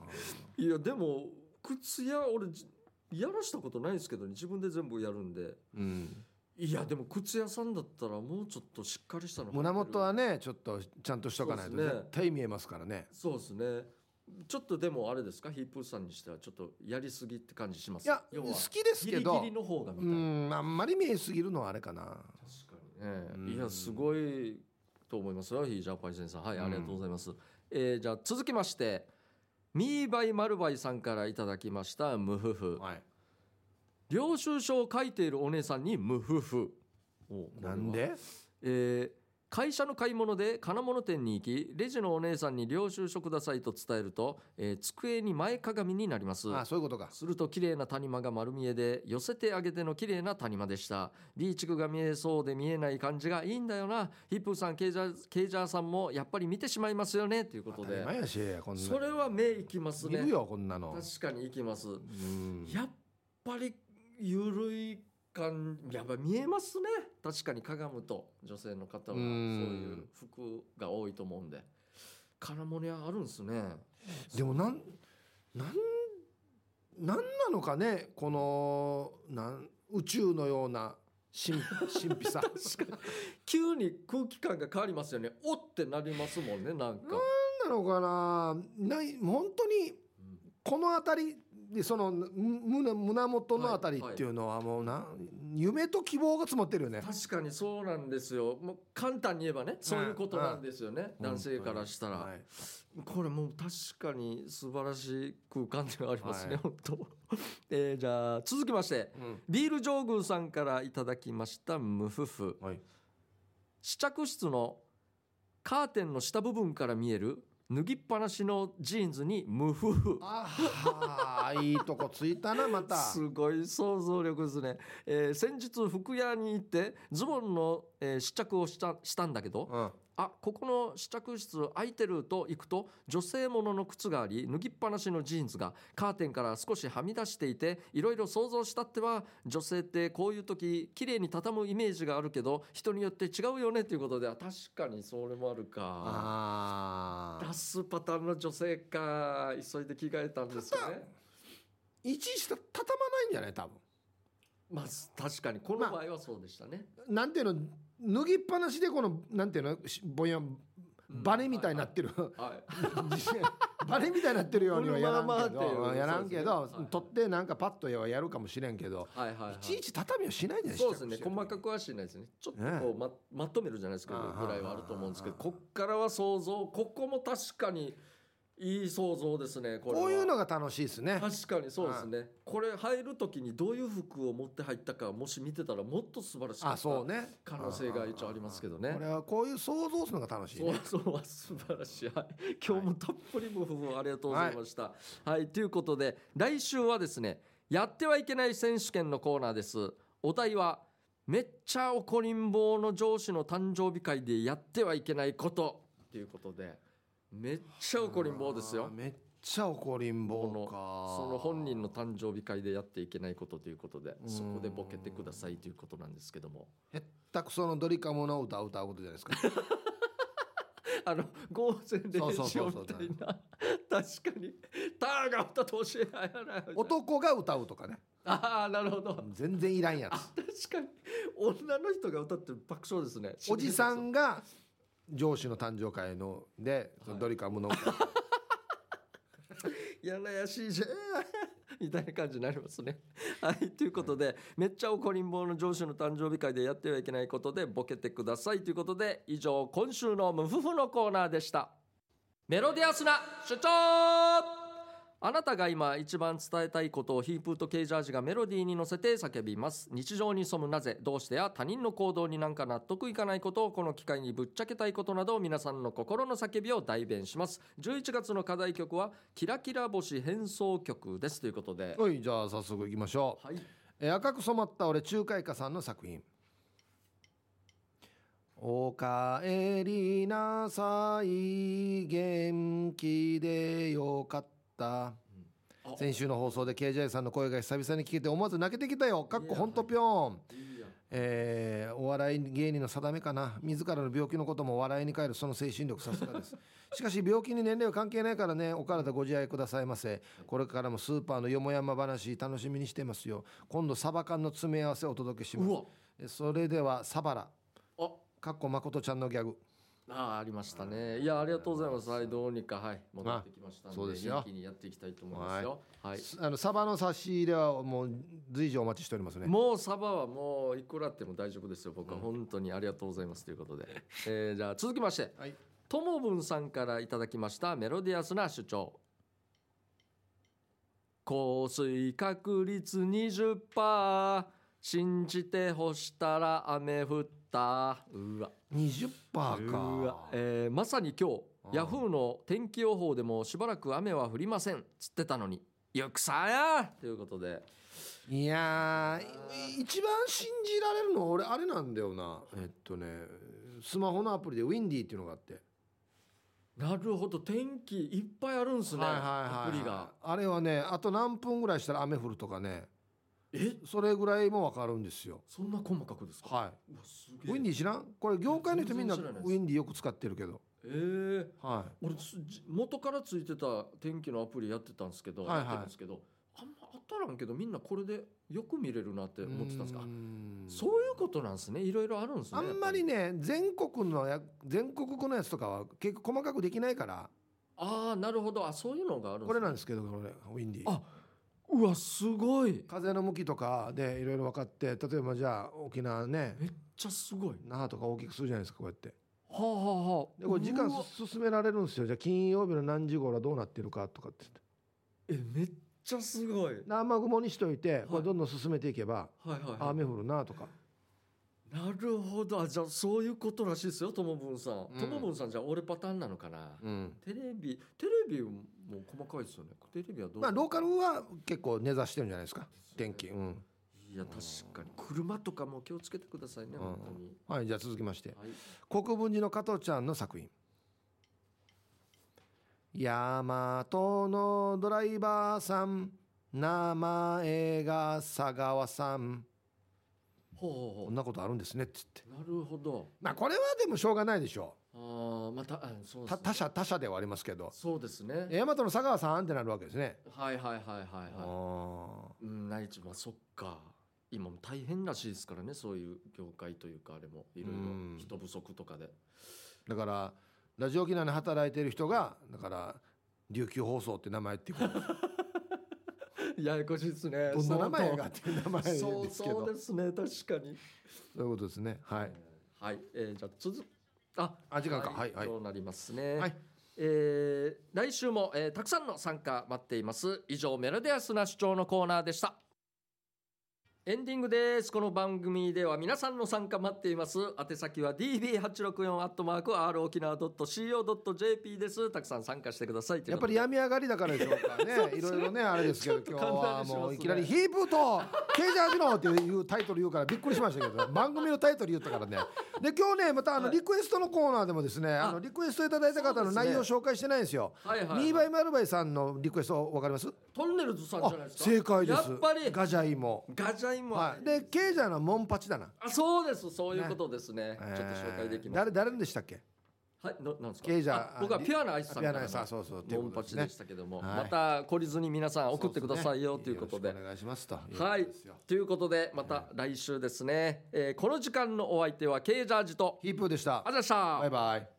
A: にいやでも靴屋俺じやらしたことないですけどね自分で全部やるんで
B: うん
A: いやでも靴屋さんだったらもうちょっとしっかりしたの
B: 胸元はねちょっとちゃんとしとかないと
A: そうですね
B: 絶対見えますからね
A: そうですねちょっとでもあれですかヒップーさんにしてはちょっとやりすぎって感じします
B: いや
A: 要
B: 好
A: は
B: きです
A: ギ
B: け
A: リギ
B: ど
A: リの方がみた
B: う
A: いな、
B: んあんまり見えすぎるのはあれかな
A: 確かに
B: う
A: ね
B: ん
A: いやすごいと思いますよヒージャーパイセンさんはいありがとうございます、えーじゃあ続きましてミーバイマルバイさんからいただきました無夫婦
B: はい
A: 領収書を書いているお姉さんに無夫婦お
B: なんで
A: えー会社の買い物で金物店に行きレジのお姉さんに領収書くださいと伝えると、えー机に前かがみになります
B: ああそういうことか
A: すると綺麗な谷間が丸見えで寄せてあげての綺麗な谷間でした B 地区が見えそうで見えない感じがいいんだよなヒップーさんケイジャーケイジャーさんもやっぱり見てしまいますよねというこ
B: 当
A: と
B: たり
A: で
B: 前やしこんな
A: それは目いきます
B: 見
A: ね
B: るよこんなの
A: 確かにいきます
B: うん
A: やっぱりゆるい感やっぱ見えますね確かにかがむと女性の方はそう
B: う
A: い
B: ん
A: う服が多いと思うんで金物屋あるんですね
B: でもなんなんなんなのかねこのなん宇宙のような神 神秘さ
A: 確かに急に空気感が変わりますよねおってなりますもんねなんか、
B: なんなのかなない本当にこの辺りでそのむ胸胸元の辺りっていうのはもうな夢と希望が詰まってるよね。
A: 確かにそうなんですよもう簡単に言えばねそういうことなんですよね、男性からしたら、
B: はい
A: これもう確かに素晴らしい空間ではありますね、
B: はい
A: 本当えーじゃあ続きまして
B: うん
A: ビール上宮さんからいただきましたムフフ
B: はい
A: 試着室のカーテンの下部分から見える脱ぎっぱなしのジーンズにムフフ
B: ああいいとこついたなまた。
A: すごい想像力ですね、えー先日服屋に行ってズボンの、えー試着をしたしたんだけど、
B: うん、
A: あここの試着室空いてると行くと女性ものの靴があり脱ぎっぱなしのジーンズがカーテンから少しはみ出していていろいろ想像したっては女性ってこういう時綺麗に畳むイメージがあるけど人によって違うよねということであ確かにそれもあるか
B: ああ
A: 出すパターンの女性か急いで着替えたんですよね
B: いちいちた畳まないんじゃない多分。
A: まあ確かにこの
B: まあ
A: 場合はそうでしたね、
B: なんていうの脱ぎっぱなしでこのなんていうのしぼんや
A: うん
B: バネみたいになってる、
A: はい、
B: バネみたいになってるようにはやらん
A: このま
B: け
A: まっていう
B: どうんやらんけ
A: そう
B: ど、
A: ですねはい
B: 取ってなんかパッとやはやるかもしれんけど、
A: はいはいはい
B: い、ちいち畳はしないんじゃない
A: そうですね細か
B: く
A: くはしないですねちょっと
B: ね
A: こうままとめるじゃないですか
B: あ
A: ぐ
B: は
A: らいはあると思うんですけど
B: はは
A: こっからは想像ここも確かにいい想像ですねこれは
B: こういうのが楽しいですね
A: 確かにそうですねこれ入る時にどういう服を持って入ったかもし見てたらもっと素晴らしい
B: あそうね
A: 可能性が一応ありますけどね
B: これはこういう想像するのが楽しい、
A: そう
B: ね、
A: そう素晴らしい、はい、今日もたっぷりご夫婦ありがとうございましたはい、ということで来週はですねやってはいけない選手権のコーナーですお題はめっちゃ怒りん坊の上司の誕生日会でやってはいけないことということでめっちゃ怒りん坊です
B: あー
A: よ
B: めっちゃ怒りん坊か
A: その本人の誕生日会でやっていけないことということで
B: うん
A: そこでボケてくださいということなんですけども
B: へったくそのドリカムの歌を歌うことじゃないですか
A: あの偶然で
B: そうそう
A: し
B: そ
A: よ
B: う
A: う
B: そう
A: みたいな確かにターが歌と教えられない
B: 男が歌うとかね
A: ああなるほど
B: 全然いらんやつ
A: 確かに女の人が歌って爆笑ですね
B: おじさんが上司の誕生会ので、そのドリカムの歌
A: やらやしいじ ゃんみたいな感じになりますね。はいということで、めっちゃ怒りん坊の上司の誕生日会でやってはいけないことでボケてくださいということで以上今週の「ムフフ」のコーナーでした。メロディアスな主張あなたが今一番伝えたいことをヒープーとケイジャージがメロディーに乗せて叫びます日常に潜むなぜどうしてや他人の行動になんか納得いかないことをこの機会にぶっちゃけたいことなど皆さんの心の叫びを代弁します11月の課題曲はキラキラ星変奏曲ですということで
B: はいじゃあ早速いきましょう
A: はい
B: えー赤く染まった俺中華歌さんの作品おかえりなさい元気でよかった
A: うんあ
B: 先週の放送で KJ さんの声が久々に聞けて思わず泣けてきたよかっ
A: い
B: こ
A: や
B: ほんとぴょん
A: いいや
B: えーお笑い芸人の定めかな自らの病気のことも笑いに変えるその精神力さすがです しかし病気に年齢は関係ないからねお体ご自愛くださいませこれからもスーパーのよもやま話楽しみにしてますよ今度サバ缶の詰め合わせをお届けし
A: う
B: ま
A: わ
B: すそれではサバラ
A: あ
B: かっこまことちゃんのギャグ
A: あーありましたねいやありがとうございますはいどうにかはい戻ってきましたんで
B: そうですよ
A: 元気にやっていきたいと思いますよはい
B: あのサバの差し入れはもう随時お待ちしておりますね
A: もうサバはもういくらあっても大丈夫ですよ僕は本当にありがとうございますという ことで、えーじゃあ続きまして
B: はい
A: ともぶんさんからいただきましたメロディアスな主張降水確率20%信じて干したら雨降ってったうわ
B: 20%か
A: うわえーまさに今日
B: あー
A: ヤフーの天気予報でもしばらく雨は降りませんつってたのによくさやということで
B: いやーい一番信じられるのは俺あれなんだよなえっとねスマホのアプリでウィンディーっていうのがあって、
A: なるほど天気いっぱいあるんすね、
B: はいはいはい
A: アプリが
B: あれはねあと何分ぐらいしたら雨降るとかね
A: え
B: それぐらいも分かるんですよ
A: そんな細かくですか
B: は
A: うわす
B: い
A: げ
B: ウィ
A: え
B: ンディー知らんこれ業界の人みんなウ
A: 全然知らないです
B: ィンディーよく使ってるけど
A: えー、
B: は
A: 俺すじ元からついてた天気のアプリやってたんですけど、
B: はいは
A: や
B: い
A: ってるんですけどあんま当たらんけどみんなこれでよく見れるなって
B: い
A: 思ってたんですか
B: うーん
A: そういうことなんですねいろいろあるんですね
B: あんまりね全国のや全国区のやつとかは結構細かくできないから
A: ああなるほどあそういうのがあるん
B: こ
A: で
B: れ
A: すね
B: なんですけどこれウィンディー
A: あうわすごい
B: 風の向きとかでいろいろ分かって例えばじゃあ沖縄ね
A: めっちゃすごい
B: 那覇とか大きくするじゃないですかこうやって
A: はあはあはあ
B: でこれ時間
A: うわ
B: す進められるんですよじゃあ金曜日の何時頃はどうなってるかとかって言って
A: えめっちゃすごいはい
B: で雨雲にしといてこれどんどん進めていけば、
A: はい
B: あ
A: はい
B: 雨降るなとか
A: なるほどあじゃあそういうことらしいですよともぶんさん
B: うん
A: ともぶんさんじゃあ俺パターンなのかな、
B: うん
A: テレビテレビも細かいですよねテレビはどう
B: まあローカルは結構根ざしてるんじゃないですか天気うん
A: いや確かに車とかも気をつけてくださいね
B: うん
A: 本当に、
B: はいじゃあ続きまして
A: はい、
B: 国分寺の加藤ちゃんの作品「大和のドライバーさん名前が佐川さん」
A: ほうほ
B: こ
A: うん
B: なことあるんですねっつって
A: ほうなるほど
B: まあこれはでもしょうがないでしょ
A: あーまたあそう
B: う
A: です
B: た
A: ね
B: 他社他社ではありますけど
A: そうですね
B: 大和の佐川さんってなるわけですね
A: はいはいはいはいはい
B: あ
A: うん、内地まあそっか今も大変らしいですからねそういう業界というかあれもいろい
B: うん
A: ろ人不足とか で
B: ーだからラジオ沖縄に働いてる人がだから琉球放送って名前っ ていうこと
A: ややこしいですね
B: どんな名前がっていう名前ですけど
A: そうそうですね確かに
B: そういうことですねはい
A: はい、えーじゃあ続くあ
B: あ時間かはいはい
A: そうなりますね
B: はい
A: えー来週も、えーたくさんの参加待っています以上メロディアスな主張のコーナーでしたエンディングですこの番組では皆さんの参加待っています宛先は db864 アットマーク r 沖縄 .co.jp ですたくさん参加してください
B: やっぱり病み上がりだからでしょうか ね。いろいろね、あれですけど、
A: ちょ
B: 今
A: っと考えてしま
B: 日は
A: すね
B: もういきなりヒープーと。ケージャージのっていうタイトル言うからびっくりしました けど、番組のタイトル言ったからね。で、今日ね、またあのリクエストのコーナーでもですね、あのリクエストいただいた方の内容を紹介してないんですよ。
A: はいはいはい
B: ミーバイマルバイさんのリクエストわかります。
A: トンネルズさんじゃ
B: あ
A: ないですか
B: 正解です。
A: やっぱり
B: ガジャイモ。
A: ガジャイも、
B: はい。で、ケージャーのモンパチだな。
A: あそうですそういうことですねちょっと紹介できま
B: えー
A: す
B: 誰、誰でしたっけ。
A: はい、ななんですか。
B: ケイジャー
A: あ僕はピュアなアイスさんからの
B: ピュアなアイスさんそうそうという
A: モンパ
B: ことで
A: チ
B: すね
A: でしたけども、
B: はい
A: また懲りずに皆さん送ってくださいよということで。
B: よろしくお願いしますと。
A: はい
B: ですよ、
A: ということで、また来週ですね、えーこの時間のお相手はケイジャージと。
B: ヒープーでした
A: あ。ざした。
B: バイバイ。